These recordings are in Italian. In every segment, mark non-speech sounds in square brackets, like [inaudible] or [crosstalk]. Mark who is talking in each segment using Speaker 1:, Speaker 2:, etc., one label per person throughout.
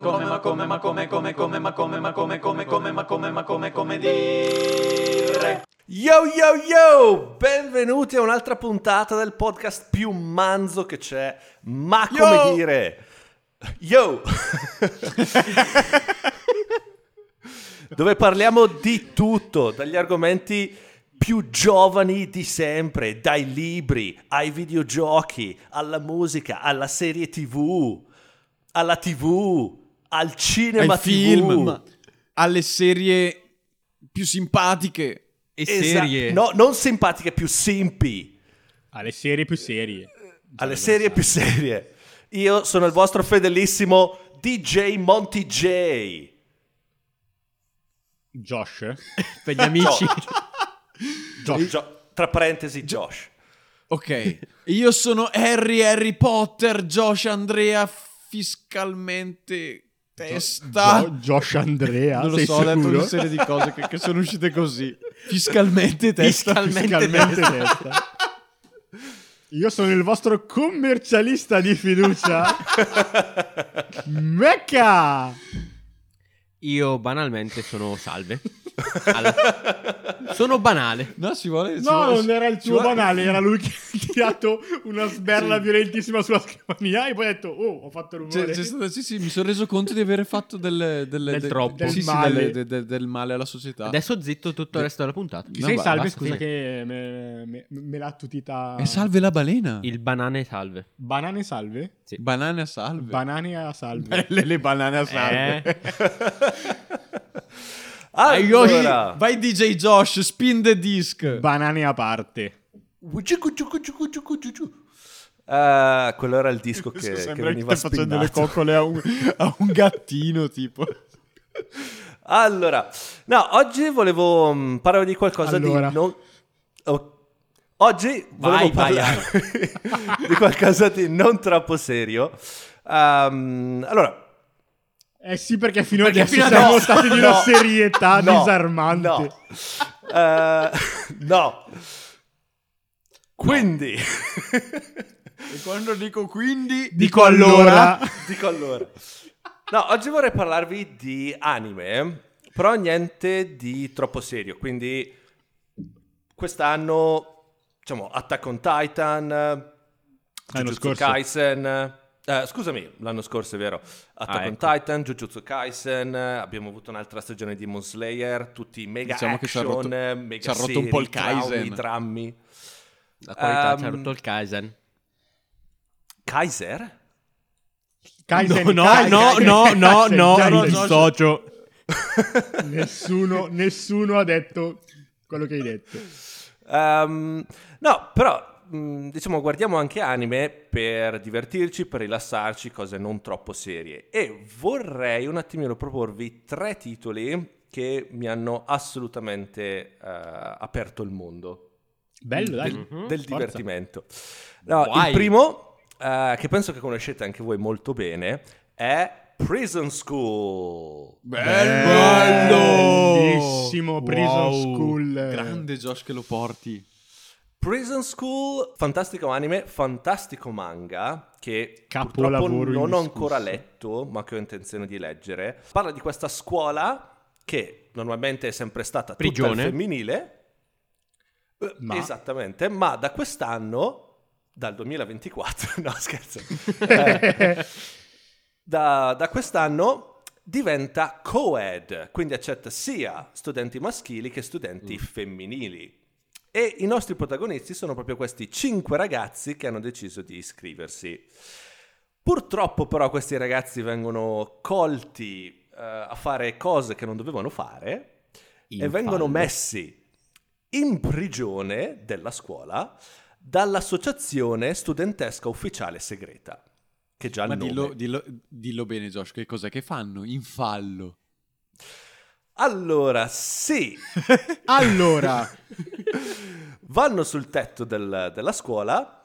Speaker 1: Come ma come ma come come come ma come ma come come come ma come ma come come dire
Speaker 2: Yo yo yo! Benvenuti a un'altra puntata del podcast più manzo che c'è. Ma come
Speaker 3: Yo!
Speaker 2: dire? Yo! Dove parliamo di tutto, dagli argomenti più giovani di sempre, dai libri ai videogiochi, alla musica, alla serie TV, alla TV, al cinema
Speaker 3: ai
Speaker 2: TV.
Speaker 3: film, alle serie più simpatiche.
Speaker 4: E
Speaker 2: Esa-
Speaker 4: serie.
Speaker 2: No, non simpatiche, più simpi.
Speaker 5: alle serie più serie.
Speaker 2: alle serie più serie. Io sono il vostro fedelissimo DJ Monty J.
Speaker 5: Josh,
Speaker 3: [laughs]
Speaker 5: per gli amici. Josh.
Speaker 2: Gio- tra parentesi,
Speaker 5: [laughs]
Speaker 2: Josh.
Speaker 3: Ok, io sono Harry Harry Potter, Josh Andrea fiscalmente testa.
Speaker 5: Jo- Josh Andrea,
Speaker 3: non lo
Speaker 5: sei
Speaker 3: so, ho detto
Speaker 5: sicuro?
Speaker 3: una serie di cose che, che sono uscite così. Fiscalmente testa.
Speaker 5: Fiscalmente testa. Io sono il vostro commercialista di fiducia. Mecca!
Speaker 4: Io banalmente sono salve. Alla- Sono banale.
Speaker 3: No, si vuole... si
Speaker 5: No,
Speaker 3: vuole-
Speaker 5: non era il
Speaker 3: si
Speaker 5: tuo
Speaker 3: vuole-
Speaker 5: banale, era lui che ha tirato una sberla violentissima sulla scrivania e poi ha detto, oh, ho fatto
Speaker 3: C'è-
Speaker 5: rumore.
Speaker 3: c'è stato- Cioè, sì, sì, mi sono reso conto di aver fatto delle- delle-
Speaker 4: Del
Speaker 3: de-
Speaker 4: troppo.
Speaker 3: sì, sì,
Speaker 5: Del male.
Speaker 3: delle- de- de- del male alla società.
Speaker 4: Adesso zitto tutto il resto della puntata.
Speaker 3: Ti sei
Speaker 4: basta,
Speaker 5: salve,
Speaker 4: basta,
Speaker 5: scusa
Speaker 4: fine.
Speaker 5: che me, me- me l'ha tutita...
Speaker 3: E salve la balena.
Speaker 4: Il banane salve.
Speaker 5: Banane salve?
Speaker 3: Banane a salve.
Speaker 5: Banane a salve.
Speaker 3: Belle le banane a
Speaker 5: Eh,
Speaker 3: Vai, Yoshi,
Speaker 2: Allora,
Speaker 3: vai DJ Josh, spin the disc.
Speaker 5: banane a parte.
Speaker 2: Ucciucu, ciucu, ciucu, ciucu, ciucu. Ah, quello era il disco che, che
Speaker 5: Sembra che
Speaker 2: veniva
Speaker 5: stai facendo
Speaker 2: spinnato.
Speaker 5: le coccole a un, a un gattino, tipo.
Speaker 2: [laughs] Allora, no, oggi volevo mm, parlare di qualcosa
Speaker 5: Allora.
Speaker 2: di non... o- Oggi volevo
Speaker 4: Vai, vai,
Speaker 2: parlare [laughs] di qualcosa di non troppo serio. Ehm, allora,
Speaker 5: Eh sì, perché fino
Speaker 2: Perché
Speaker 5: adesso
Speaker 2: fino
Speaker 5: siamo
Speaker 2: adesso-
Speaker 5: stati di una
Speaker 2: no.
Speaker 5: serietà
Speaker 2: No,
Speaker 5: disarmante.
Speaker 2: No. Eh, [laughs] no. Quindi,
Speaker 3: E quando dico quindi...
Speaker 5: Dico allora...
Speaker 2: dico allora. No, oggi vorrei parlarvi di anime, però niente di troppo serio. Quindi, quest'anno, diciamo, Attack on Titan, Jujutsu
Speaker 5: scorso.
Speaker 2: Kaisen... eh, scusami, l'anno scorso è vero. Attack
Speaker 4: Ah,
Speaker 2: on
Speaker 4: ecco.
Speaker 2: Titan, Jujutsu Kaisen, eh, abbiamo avuto un'altra stagione di Demon Slayer, tutti mega
Speaker 3: Diciamo che ci ha
Speaker 2: action,
Speaker 3: rotto-
Speaker 2: eh, mega
Speaker 3: ci ha rotto un po' il
Speaker 2: serie, traumi,
Speaker 3: Kaisen.
Speaker 2: drammi.
Speaker 4: La qualità ci ha
Speaker 2: Ehm,
Speaker 4: rotto il Kaizen.
Speaker 2: Kaiser?
Speaker 5: Kaisen, No, no, Kaisen, no, Kaisen,
Speaker 3: no,
Speaker 5: Kaisen,
Speaker 3: no, no,
Speaker 5: Kaisen.
Speaker 3: no, no.
Speaker 5: dissocio. nessuno, nessuno ha detto quello che hai detto.
Speaker 2: Ehm, no, però mh, diciamo guardiamo anche anime per divertirci, per rilassarci, cose non troppo serie. E vorrei un attimino proporvi tre titoli che mi hanno assolutamente eh, aperto il mondo
Speaker 5: Bello, dai.
Speaker 2: del,
Speaker 4: Mhm.
Speaker 2: del
Speaker 5: Forza.
Speaker 2: divertimento. No, il
Speaker 4: Vai.
Speaker 2: primo, eh, che penso che conoscete anche voi molto bene, è Prison School.
Speaker 3: Bello!
Speaker 5: Eh, Bellissimo Prison
Speaker 3: Wow.
Speaker 5: School.
Speaker 3: Grande Josh che lo porti.
Speaker 2: Prison School, fantastico anime, fantastico manga che
Speaker 5: Capolavoro
Speaker 2: purtroppo non ho
Speaker 5: indiscusso.
Speaker 2: ancora letto, ma che ho intenzione di leggere. Parla di questa scuola che normalmente è sempre stata tutta
Speaker 4: Prigione.
Speaker 2: al femminile. Eh,
Speaker 5: Ma?
Speaker 2: Esattamente, ma da quest'anno, dal 2024, [laughs] no scherzo, da, da quest'anno diventa co-ed, quindi accetta sia studenti maschili che studenti
Speaker 4: Mm.
Speaker 2: femminili. E i nostri protagonisti sono proprio questi cinque ragazzi che hanno deciso di iscriversi. Purtroppo però questi ragazzi vengono colti eh, a fare cose che non dovevano fare e
Speaker 4: In
Speaker 2: vengono
Speaker 4: fallo.
Speaker 2: messi in prigione della scuola dall'associazione studentesca ufficiale segreta, che già il
Speaker 3: Ma
Speaker 2: nome
Speaker 3: dillo, dillo- dillo bene Josh, che cos'è che fanno? In fallo.
Speaker 2: Allora, sì,
Speaker 5: [laughs] [laughs] Allora,
Speaker 2: vanno sul tetto del- della scuola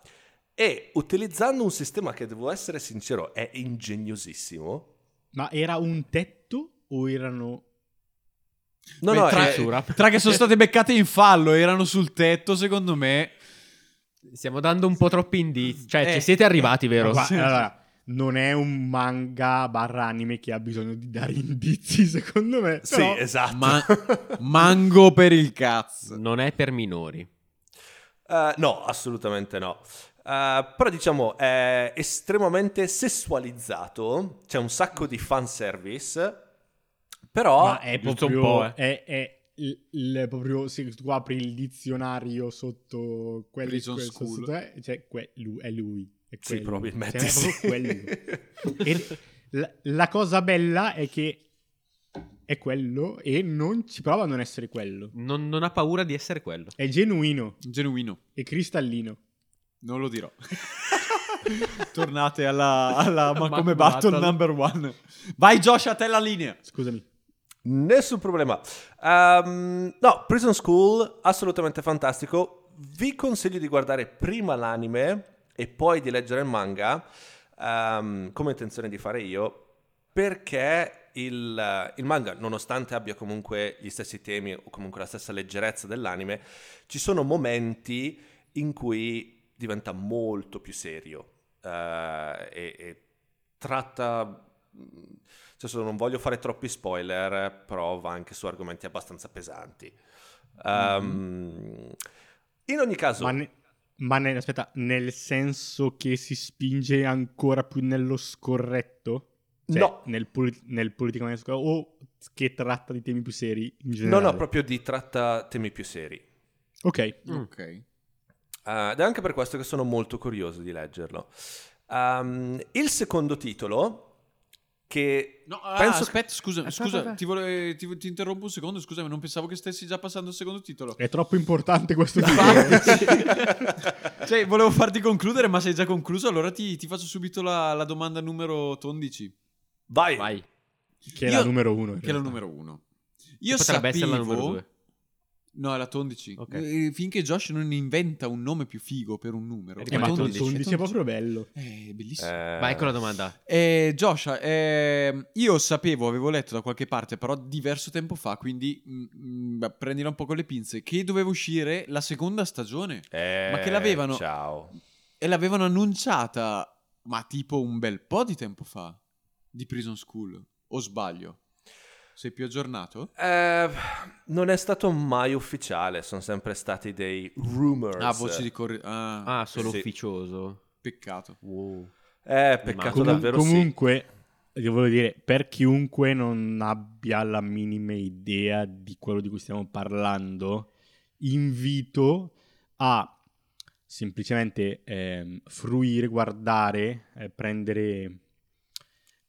Speaker 2: e utilizzando un sistema che devo essere sincero è ingegnosissimo.
Speaker 5: ma era un tetto o erano...
Speaker 2: No,
Speaker 3: Beh,
Speaker 2: no, eh.
Speaker 3: tra,
Speaker 2: è-
Speaker 3: tra che sono state beccate in fallo, erano sul tetto secondo me.
Speaker 4: Stiamo dando un po' troppi indizi. Cioè,
Speaker 3: Eh,
Speaker 2: eh,
Speaker 4: ci siete arrivati, vero?
Speaker 5: Ma qua-
Speaker 3: Sì.
Speaker 5: allora, non è un manga barra anime che ha bisogno di dare indizi, [laughs] secondo me.
Speaker 2: Sì,
Speaker 5: Però-
Speaker 2: esatto.
Speaker 6: [laughs] Ma- Mango per il cazzo.
Speaker 4: Non è per minori.
Speaker 2: [laughs] Eh, no, assolutamente no. Eh, però diciamo è estremamente sessualizzato, c'è un sacco di fanservice, però...
Speaker 6: oh,
Speaker 5: Ma è
Speaker 4: giusto
Speaker 5: proprio...
Speaker 4: un po', eh.
Speaker 5: È, è il, il- proprio... Se tu apri il dizionario sotto... Quelli,
Speaker 6: Prison
Speaker 5: quel-
Speaker 6: School.
Speaker 5: sotto- eh, cioè, que- lui- è lui. È
Speaker 2: Sì,
Speaker 5: quello.
Speaker 2: probabilmente
Speaker 5: Cioè, è
Speaker 2: sì.
Speaker 5: proprio quello.
Speaker 4: [laughs]
Speaker 5: E la, la cosa bella è che è quello e non ci prova a non essere quello.
Speaker 4: Non, non ha paura di essere quello.
Speaker 5: È genuino
Speaker 6: Genuino.
Speaker 5: e cristallino.
Speaker 6: Non lo dirò. [laughs] Tornate alla, alla ma
Speaker 4: Ma-
Speaker 6: come battle,
Speaker 4: battle.
Speaker 6: number one. Vai Josh a te la linea.
Speaker 5: Scusami.
Speaker 2: Nessun problema. Ehm, no, Prison School, assolutamente fantastico. Vi consiglio di guardare prima l'anime e poi di leggere il manga, ehm, come ho intenzione di fare io, perché il, eh, il manga, nonostante abbia comunque gli stessi temi o comunque la stessa leggerezza dell'anime, ci sono momenti in cui diventa molto più serio eh, e, e tratta... Cioè, adesso non voglio fare troppi spoiler, eh, però va anche su argomenti abbastanza pesanti. Ehm, In ogni caso,
Speaker 5: Mm-hmm. Ma, ne- ma ne- aspetta, nel senso che si spinge ancora più nello scorretto? Cioè,
Speaker 2: No.
Speaker 5: Nel, poli- nel politicamente scorretto o che tratta di temi più seri in
Speaker 2: no,
Speaker 5: generale?
Speaker 2: no, proprio di tratta temi più seri.
Speaker 5: Ok.
Speaker 6: Ok.
Speaker 2: Eh, ed è anche per questo che sono molto curioso di leggerlo. Ehm, il secondo titolo,
Speaker 6: [laughs]
Speaker 2: che
Speaker 6: No, ah,
Speaker 2: Penso che-
Speaker 6: aspetta, scusa,
Speaker 4: Aspetta,
Speaker 6: scusa,
Speaker 4: aspetta.
Speaker 6: Ti, vole- ti- ti interrompo un secondo, scusami, non pensavo che stessi già passando al secondo titolo.
Speaker 5: È troppo importante questo titolo.
Speaker 6: [laughs] Infatti- cioè, volevo farti concludere, ma sei già concluso, allora ti, ti faccio subito la, la domanda numero 11,
Speaker 2: vai,
Speaker 4: Vai.
Speaker 5: che è la
Speaker 6: Io-
Speaker 5: numero uno. in
Speaker 6: che è la
Speaker 5: realtà.
Speaker 6: numero 1. Io
Speaker 4: Potrebbe essere
Speaker 6: sapevo...
Speaker 4: la numero due.
Speaker 6: No, è la 11.
Speaker 4: Ok.
Speaker 6: Eh, Finché Josh non inventa un nome più figo per un numero.
Speaker 4: Eh,
Speaker 5: Eh, ma
Speaker 4: Come
Speaker 5: tu-
Speaker 4: 11,
Speaker 5: tu dici è proprio bello.
Speaker 6: Eh, bellissimo.
Speaker 2: Eh,
Speaker 4: Vai con la domanda.
Speaker 6: Eh, Josh, ehm, io sapevo, avevo letto da qualche parte, però diverso tempo fa, quindi mm, mm, beh, prendila un po' con le pinze, che doveva uscire la seconda stagione.
Speaker 2: Eh,
Speaker 6: Ma che l'avevano-
Speaker 2: Ciao.
Speaker 6: E l'avevano annunciata, ma tipo un bel po' di tempo fa, di Prison School. O sbaglio? Sei più aggiornato?
Speaker 2: Eh, non è stato mai ufficiale, sono sempre stati dei rumors.
Speaker 6: Ah, voci di corri... Ah,
Speaker 4: Ah, solo
Speaker 2: Sì.
Speaker 4: ufficioso.
Speaker 6: peccato.
Speaker 4: Wow.
Speaker 2: Eh, peccato
Speaker 4: Comun-
Speaker 2: davvero sì.
Speaker 5: comunque, io voglio dire, per chiunque non abbia la minima idea di quello di cui stiamo parlando, invito a semplicemente ehm, fruire, guardare, eh, prendere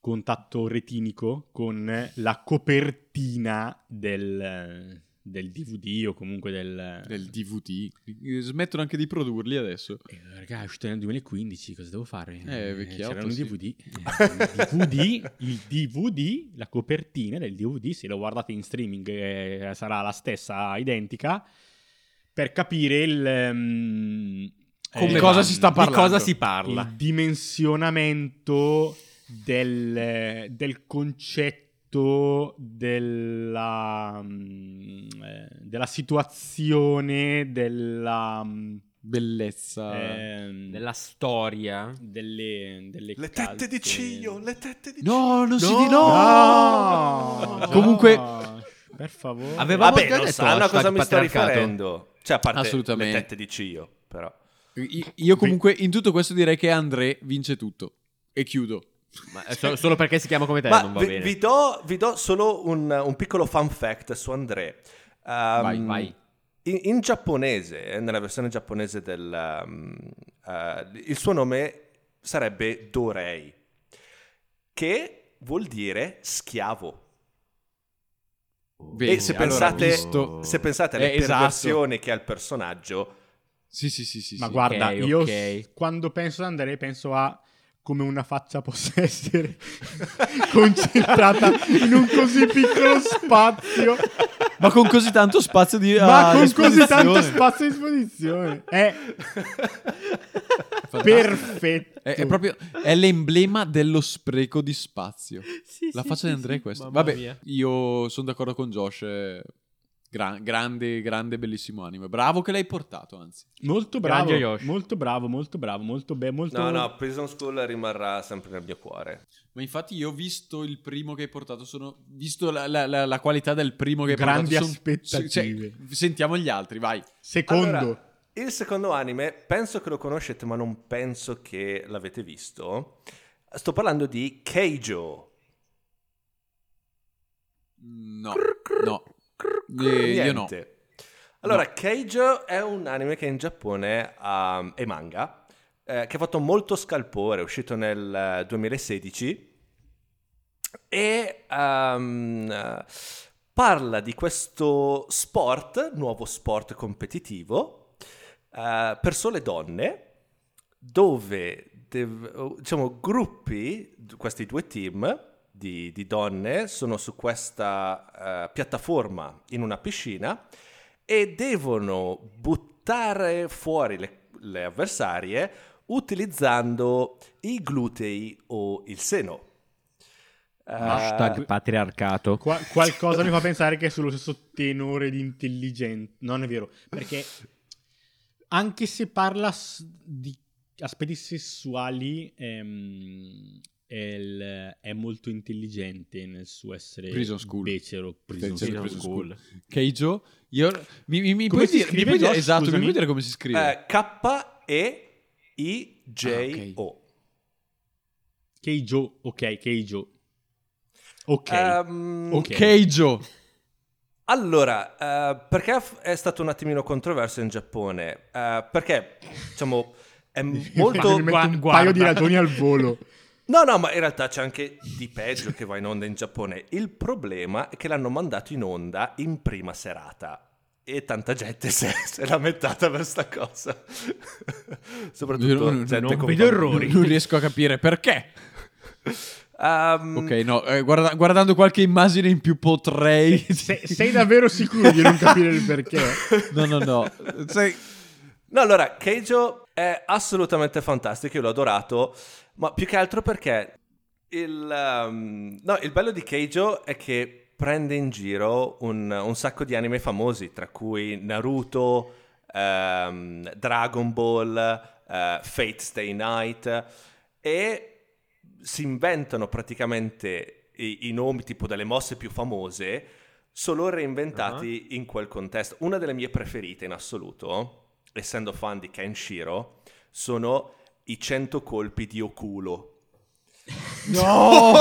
Speaker 5: contatto retinico con la copertina del, del DVD o comunque del...
Speaker 6: Del DVD. Eh, Smettono anche di produrli adesso.
Speaker 5: Eh, Raga, è uscito nel 2015, cosa devo fare?
Speaker 6: Eh, vecchiotto,
Speaker 5: C'erano i
Speaker 6: sì.
Speaker 5: DVD.
Speaker 6: [laughs]
Speaker 5: Eh, il DVD. Il DVD, la copertina del DVD, se lo guardate in streaming eh, sarà la stessa, identica, per capire il... ehm,
Speaker 6: Come
Speaker 5: eh,
Speaker 6: cosa si sta
Speaker 5: di cosa
Speaker 6: parlando?
Speaker 4: Di cosa si parla?
Speaker 5: il dimensionamento del, del concetto della, mm, eh, della situazione della mm,
Speaker 6: Bellezza.
Speaker 5: ehm,
Speaker 4: Della storia.
Speaker 5: delle, delle
Speaker 2: Le tette di
Speaker 5: calze-
Speaker 2: Cio, le tette di Cio.
Speaker 6: No, non si
Speaker 2: No!
Speaker 6: di no!
Speaker 5: No!
Speaker 6: Comunque,
Speaker 5: Ah! per favore.
Speaker 4: Aveva-
Speaker 2: Vabbè,
Speaker 4: già
Speaker 2: non
Speaker 4: detto
Speaker 2: sanno a cosa
Speaker 4: hashtag
Speaker 2: mi sto
Speaker 4: patriarcato.
Speaker 2: riferendo. Cioè, a parte le
Speaker 6: Assolutamente.
Speaker 2: tette di Cio, però.
Speaker 6: I- Io comunque in tutto questo direi che André vince tutto. E chiudo.
Speaker 4: Ma è so- solo perché si chiama come te
Speaker 2: Eh, Ma
Speaker 4: non va
Speaker 2: vi,
Speaker 4: bene.
Speaker 2: vi do, vi do solo un, un piccolo fun fact su André. Um,
Speaker 4: Vai, vai.
Speaker 2: In, in giapponese, eh, nella versione giapponese del... um, eh, il suo nome sarebbe Dorei, che vuol dire schiavo.
Speaker 6: Bene,
Speaker 2: e se
Speaker 6: allora,
Speaker 2: pensate,
Speaker 4: Oh.
Speaker 6: visto-
Speaker 2: se pensate alle
Speaker 6: Eh, esatto.
Speaker 2: perversioni che ha il personaggio,
Speaker 6: Sì, sì, sì, sì.
Speaker 5: Ma
Speaker 6: sì.
Speaker 5: guarda,
Speaker 4: ok,
Speaker 5: io
Speaker 4: ok.
Speaker 5: s- quando penso ad Andrea penso a come una faccia possa
Speaker 6: [laughs]
Speaker 5: [laughs] essere concentrata in un così piccolo spazio,
Speaker 6: Ma con così tanto spazio di
Speaker 5: ma
Speaker 6: a
Speaker 5: con così tanto
Speaker 6: disposizione.
Speaker 5: spazio
Speaker 6: [laughs]
Speaker 5: a disposizione. È
Speaker 6: Fantastico.
Speaker 5: perfetto.
Speaker 6: È, è proprio è l'emblema dello spreco di
Speaker 5: [laughs]
Speaker 6: spazio. La faccia di Andrea è questa. Vabbè, io sono d'accordo con Josh. eh, Gra- grande, grande, bellissimo anime. Bravo che l'hai portato, anzi.
Speaker 5: Molto bravo,
Speaker 4: Grande Yoshi.
Speaker 5: molto bravo, molto bravo, molto bene, molto...
Speaker 2: No, no, Prison School rimarrà sempre nel mio cuore.
Speaker 6: Ma infatti io ho visto il primo che hai portato, sono visto la, la- la- la qualità del primo che hai
Speaker 5: Grandi
Speaker 6: portato. son-
Speaker 5: aspettative.
Speaker 6: cioè, sentiamo gli altri, vai.
Speaker 5: Secondo,
Speaker 2: Allora, il secondo anime, penso che lo conoscete, ma non penso che l'avete visto. Sto parlando di Keijo.
Speaker 6: Mm, No,
Speaker 2: Crr, crr,
Speaker 6: no.
Speaker 2: crr, crr,
Speaker 6: Eh, io
Speaker 2: niente. Allora, Keijo è un anime che in Giappone um, è manga, eh, che ha fatto molto scalpore, è uscito nel eh, 2016 e um, eh, parla di questo sport, nuovo sport competitivo, eh, per sole donne, dove dev- diciamo gruppi, d- questi due team di, di donne sono su questa eh, piattaforma in una piscina e devono buttare fuori le, le avversarie utilizzando i glutei o il seno. Eh,
Speaker 4: Hashtag patriarcato.
Speaker 5: qua- qualcosa mi fa pensare che è sullo stesso tenore di intelligente. Non è vero, perché anche se parla s- di aspetti sessuali, ehm, è, il- è molto intelligente nel suo essere
Speaker 6: Prison School.
Speaker 5: becero. Prison
Speaker 6: Becero
Speaker 5: School.
Speaker 6: Prison School. Keijo, io mi, mi, mi
Speaker 5: Come
Speaker 6: puoi
Speaker 5: si
Speaker 6: dire, mi
Speaker 5: scrive,
Speaker 6: puoi dire-
Speaker 5: Josh?
Speaker 6: esatto, mi
Speaker 5: Scusami.
Speaker 6: puoi dire come si scrive?
Speaker 2: eh,
Speaker 5: Ah,
Speaker 2: K-E-I-J-O.
Speaker 5: Keijo, ok, Keijo. Ok. [laughs] Oh.
Speaker 2: Ehm,
Speaker 5: ok.
Speaker 6: Keijo.
Speaker 2: Allora, eh, perché f- è stato un attimino controverso in Giappone? Eh, perché, diciamo,
Speaker 5: [laughs]
Speaker 2: è molto...
Speaker 5: Mi metto un
Speaker 4: Gua-
Speaker 5: paio di
Speaker 4: guarda.
Speaker 5: ragioni al volo.
Speaker 2: No, no, ma in realtà c'è anche di peggio che va in onda in Giappone. Il problema è che l'hanno mandato in onda in prima serata. E tanta gente si è, si è lamentata per sta cosa. [laughs] Soprattutto
Speaker 6: Io non-
Speaker 2: gente
Speaker 4: non
Speaker 2: con
Speaker 4: vedo
Speaker 2: bambini.
Speaker 4: errori.
Speaker 6: Non riesco a capire perché.
Speaker 2: Ehm,
Speaker 6: Ok, no, eh, guarda- guardando qualche immagine in più potrei...
Speaker 5: Se- sei davvero sicuro di non capire il perché?
Speaker 6: [laughs] No, no, no. Sai-
Speaker 2: No, allora, Keijo è assolutamente fantastico, io l'ho adorato, ma più che altro perché il, ehm, no, il bello di Keijo è che prende in giro un, un sacco di anime famosi, tra cui Naruto, ehm, Dragon Ball, eh, Fate Stay Night, e si inventano praticamente i, i nomi tipo delle mosse più famose, solo reinventati in quel contesto. Una delle mie preferite in assoluto essendo fan di Kenshiro, sono i 100 colpi di Okulo.
Speaker 6: No!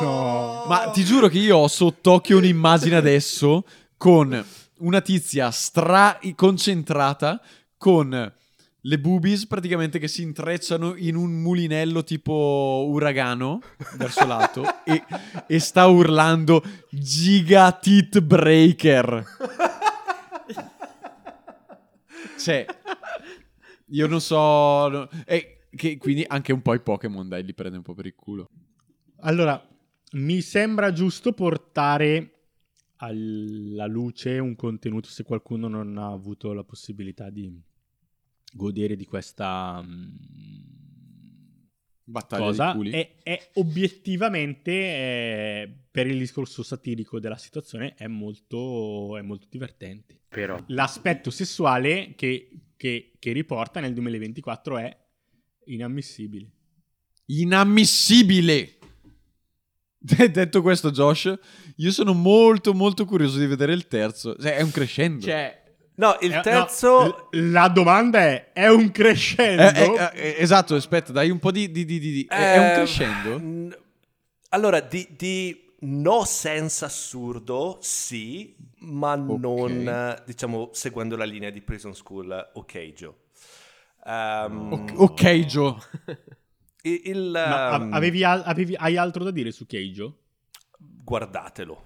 Speaker 5: No.
Speaker 6: Ma ti giuro che io ho sott'occhio un'immagine adesso con una tizia stra concentrata con le boobies praticamente che si intrecciano in un mulinello tipo uragano verso l'alto e, e sta urlando Giga Tit Breaker. Cioè, io non so... no- e che quindi anche un po' i Pokémon, dai, li prende un po' per il culo.
Speaker 5: Allora, mi sembra giusto portare alla luce un contenuto se qualcuno non ha avuto la possibilità di godere di questa mm,
Speaker 6: Battaglia di
Speaker 5: cosa.
Speaker 6: culi.
Speaker 5: È, è obiettivamente, eh, per il discorso satirico della situazione, è molto, è molto divertente.
Speaker 7: Però.
Speaker 5: L'aspetto sessuale che, che- che riporta nel 2024 è inammissibile.
Speaker 6: Inammissibile! [laughs] Detto questo, Josh, io sono molto molto curioso di vedere il terzo. Cioè, è un crescendo.
Speaker 2: No, il
Speaker 5: Eh, no,
Speaker 2: terzo...
Speaker 5: l- la domanda è: è un crescendo?
Speaker 6: Eh, eh, eh, esatto, aspetta, dai un po' di... di- di- di- di- è- È un
Speaker 2: eh,
Speaker 6: crescendo?
Speaker 2: n- Allora, di, di no sense assurdo, sì, ma non, eh, diciamo, seguendo la linea di Prison School o Keijo. Ehm,
Speaker 6: O- ok, Joe.
Speaker 2: il- il,
Speaker 5: Ma a-
Speaker 6: um,
Speaker 2: ehm,
Speaker 5: avevi al- avevi- hai altro da dire su Keijo?
Speaker 2: Guardatelo.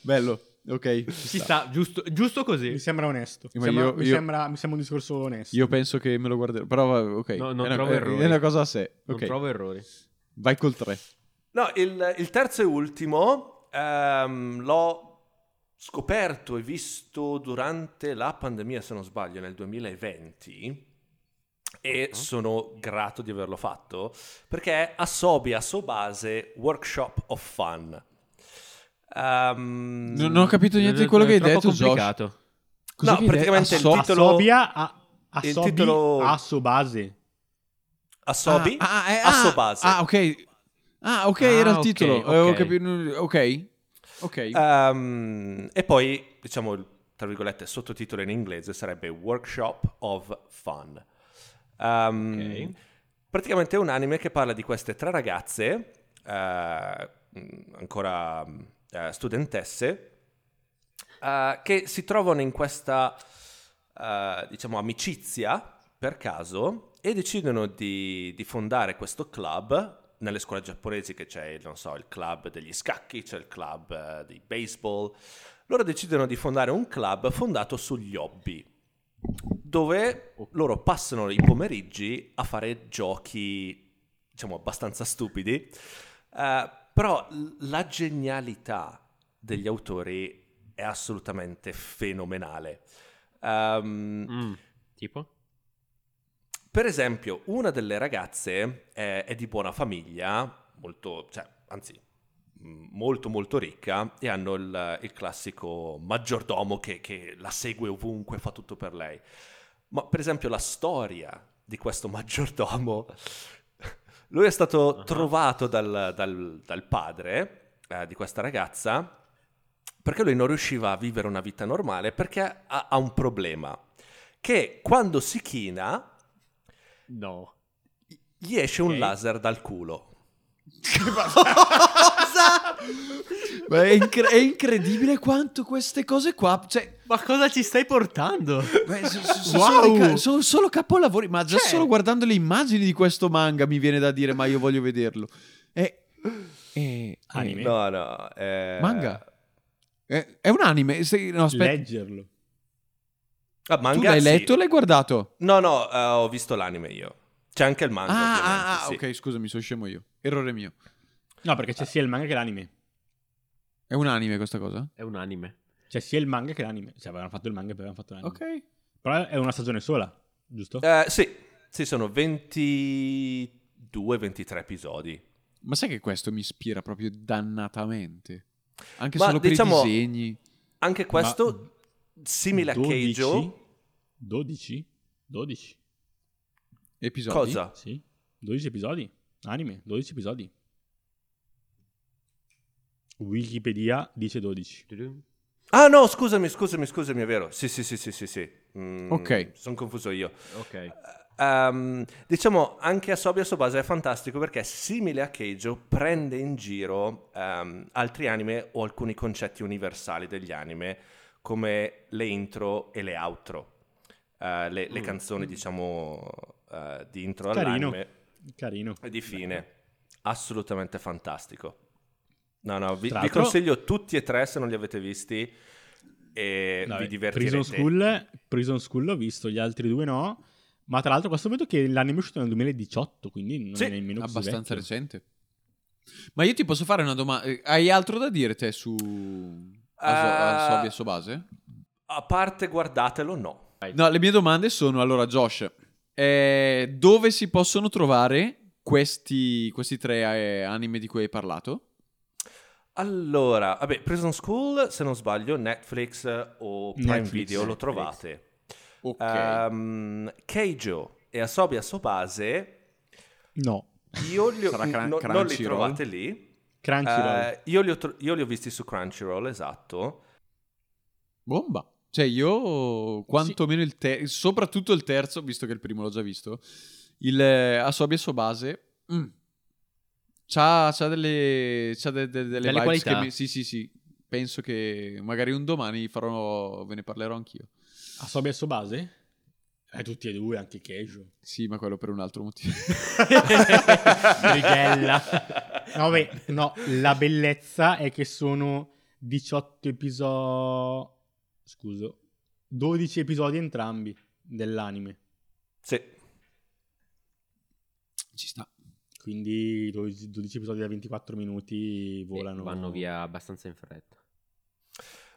Speaker 6: Bello, ok. ci
Speaker 4: [laughs] Ci
Speaker 6: sta.
Speaker 4: sta, giusto, giusto così.
Speaker 5: Mi sembra onesto. Mi
Speaker 6: Ma
Speaker 5: sembra,
Speaker 6: io-
Speaker 5: mi
Speaker 6: io-
Speaker 5: sembra- mi sembra un discorso onesto.
Speaker 6: Io penso che me lo guarderò. Però, va- ok.
Speaker 4: No, non
Speaker 6: è, una,
Speaker 4: trovo
Speaker 6: è-
Speaker 4: errori.
Speaker 6: è una cosa a sé.
Speaker 4: Non
Speaker 6: Ok,
Speaker 4: trovo errori.
Speaker 6: Vai col 3.
Speaker 2: No, il, il terzo e ultimo ehm, l'ho scoperto e visto durante la pandemia, se non sbaglio, nel 2020 e sono grato di averlo fatto perché è Asobi Asobase Workshop of Fun. Ehm,
Speaker 6: Non ho capito niente di quello che hai
Speaker 4: Eh, Troppo
Speaker 6: detto, Josh.
Speaker 4: complicato.
Speaker 6: Cos'è
Speaker 2: No,
Speaker 6: che hai detto?
Speaker 2: praticamente il
Speaker 6: Asso-
Speaker 2: titolo-
Speaker 5: Sobia a, a
Speaker 2: il
Speaker 5: Sobi
Speaker 2: titolo-
Speaker 5: a Sobase.
Speaker 2: Asobi,
Speaker 6: Ah, ah, eh, ah,
Speaker 2: Assobase.
Speaker 6: Ah, ok. Ah, ok,
Speaker 4: Ah,
Speaker 6: era il
Speaker 4: ok,
Speaker 6: titolo.
Speaker 4: ok.
Speaker 6: Avevo capito- ok. Ok.
Speaker 2: Ehm, e poi, diciamo, il- tra virgolette, sottotitolo in inglese sarebbe Workshop of Fun. Ehm,
Speaker 4: Ok.
Speaker 2: Praticamente è un anime che parla di queste tre ragazze, eh, mh, ancora mh, eh, studentesse, eh, che si trovano in questa, eh, diciamo, amicizia per caso e decidono di, di fondare questo club. Nelle scuole giapponesi che c'è, il- non so, il club degli scacchi, c'è il club eh, di baseball. Loro decidono di fondare un club fondato sugli hobby, dove loro passano i pomeriggi a fare giochi, diciamo, abbastanza stupidi. Eh, però l- la genialità degli autori è assolutamente fenomenale. Ehm,
Speaker 4: Mm. Tipo?
Speaker 2: per esempio, una delle ragazze è, è di buona famiglia, molto, cioè, anzi, mh, molto molto ricca e hanno il, il classico maggiordomo che, che la segue ovunque, fa tutto per lei. Ma per esempio la storia di questo maggiordomo, [laughs] lui è stato
Speaker 4: Ah.
Speaker 2: trovato dal, dal- dal padre eh, di questa ragazza perché lui non riusciva a vivere una vita normale perché ha- ha un problema, che quando si china
Speaker 5: No.
Speaker 2: gli esce un
Speaker 4: Ok.
Speaker 2: laser dal culo.
Speaker 6: Ma è, incre- è incredibile quanto queste cose qua. Cioè,
Speaker 4: Ma cosa ci stai portando?
Speaker 6: beh, so- so- so-
Speaker 4: Wow!
Speaker 6: sono, dei ca- sono solo capolavori. Ma già
Speaker 4: Cioè.
Speaker 6: solo guardando le immagini di questo manga mi viene da dire, ma io voglio vederlo. È. è-
Speaker 5: Anime.
Speaker 6: è-
Speaker 2: No, no. eh,
Speaker 6: Manga? È, è un anime. se- no, aspetta.
Speaker 5: Leggerlo.
Speaker 2: Ah,
Speaker 6: tu
Speaker 2: manga,
Speaker 6: l'hai
Speaker 2: sì.
Speaker 6: letto o l'hai guardato?
Speaker 2: No, no, eh, ho visto l'anime io. C'è anche il manga. ovviamente,
Speaker 6: Ah, ah, ah,
Speaker 2: sì.
Speaker 6: ok, scusami, sono scemo io. Errore mio.
Speaker 5: No, perché c'è sia il manga che l'anime.
Speaker 6: È un anime questa cosa?
Speaker 4: È un anime.
Speaker 5: C'è sia il manga che l'anime. Cioè, avevano fatto il manga e poi avevano fatto l'anime.
Speaker 6: Ok.
Speaker 5: Però è una stagione sola, giusto?
Speaker 2: Eh, sì, sì, sono 22-23 episodi.
Speaker 6: Ma sai che questo mi ispira proprio dannatamente? Anche
Speaker 2: Ma
Speaker 6: solo per
Speaker 2: diciamo-
Speaker 6: i disegni.
Speaker 2: Anche questo, simile a Keijo.
Speaker 5: 12? 12?
Speaker 6: Episodi.
Speaker 2: Cosa?
Speaker 5: Sì. 12 episodi. Anime, 12 episodi. Wikipedia dice 12.
Speaker 2: Ah, no, scusami, scusami, scusami, è vero. Sì, sì, sì, sì, sì. sì. Mm,
Speaker 6: Ok.
Speaker 2: Sono confuso io.
Speaker 4: Ok.
Speaker 2: Ehm, diciamo anche Asobi Asobase è fantastico perché simile a Keijo prende in giro ehm, altri anime o alcuni concetti universali degli anime come le intro e le outro Eh, le, le
Speaker 4: Mm.
Speaker 2: canzoni diciamo eh, di intro
Speaker 5: Carino.
Speaker 2: all'anime
Speaker 5: Carino.
Speaker 2: e di fine assolutamente fantastico no no vi,
Speaker 5: Tra
Speaker 2: vi
Speaker 5: l'altro-
Speaker 2: consiglio tutti e tre se non li avete visti e
Speaker 5: Vabbè,
Speaker 2: Eh, vi divertirete
Speaker 5: Prison School, Prison School l'ho visto, gli altri due no. Ma tra l'altro questo vedo che l'anime è uscito nel 2018, quindi non
Speaker 2: Sì,
Speaker 5: è nemmeno così
Speaker 6: abbastanza
Speaker 5: vecchio.
Speaker 6: recente. Ma io ti posso fare una domanda. Hai altro da dire te su
Speaker 2: Eh,
Speaker 6: Asobi e Sobase?
Speaker 2: a parte guardatelo no
Speaker 6: No, le mie domande sono allora Josh, eh, dove si possono trovare questi, questi tre eh, anime di cui hai parlato?
Speaker 2: Allora, vabbè, Prison School, se non sbaglio, Netflix eh, o Prime
Speaker 5: Netflix,
Speaker 2: Video lo
Speaker 5: Netflix.
Speaker 2: trovate.
Speaker 6: Ok.
Speaker 2: Ehm, Keijo e Asobi Asobase,
Speaker 5: No,
Speaker 2: io
Speaker 5: [laughs]
Speaker 2: li ho,
Speaker 6: Sarà Cra-
Speaker 2: no- non li
Speaker 6: Crunchyroll?
Speaker 2: trovate lì.
Speaker 5: Crunchyroll.
Speaker 2: Eh, io, li ho tro- io li ho visti su Crunchyroll,
Speaker 5: [laughs]
Speaker 2: esatto.
Speaker 6: Bomba. Cioè io quantomeno il terzo, soprattutto il terzo, visto che il primo l'ho già visto, il eh, Asobi e Sobase, mm, c'ha, c'ha delle, c'ha de- de- delle,
Speaker 4: Delle
Speaker 6: vibes
Speaker 4: qualità.
Speaker 6: che mi- Sì, sì, sì. Penso che magari un domani farò, ve ne parlerò anch'io.
Speaker 5: Asobi e Sobase? Eh, tutti e due,
Speaker 2: [laughs]
Speaker 5: anche Keijo.
Speaker 6: Sì, ma quello per un altro
Speaker 4: [laughs]
Speaker 6: motivo.
Speaker 2: [laughs]
Speaker 5: Brighella. No, beh,
Speaker 4: [laughs]
Speaker 5: no, la bellezza è che sono 18 episodi... Scuso. 12 episodi entrambi dell'anime.
Speaker 2: Sì.
Speaker 6: Ci sta.
Speaker 5: Quindi 12, 12 episodi da 24 minuti volano.
Speaker 4: Vanno via abbastanza in fretta.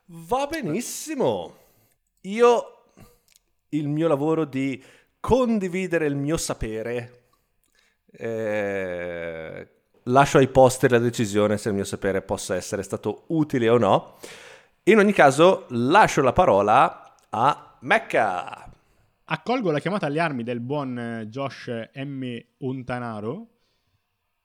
Speaker 2: Va benissimo. Io il mio lavoro di condividere il mio sapere eh, Lascio ai posteri la decisione se il mio sapere possa essere stato utile o no. In ogni caso, lascio la parola a Mecca.
Speaker 5: Accolgo la chiamata alle armi del buon eh, Josh M. Ontanaro.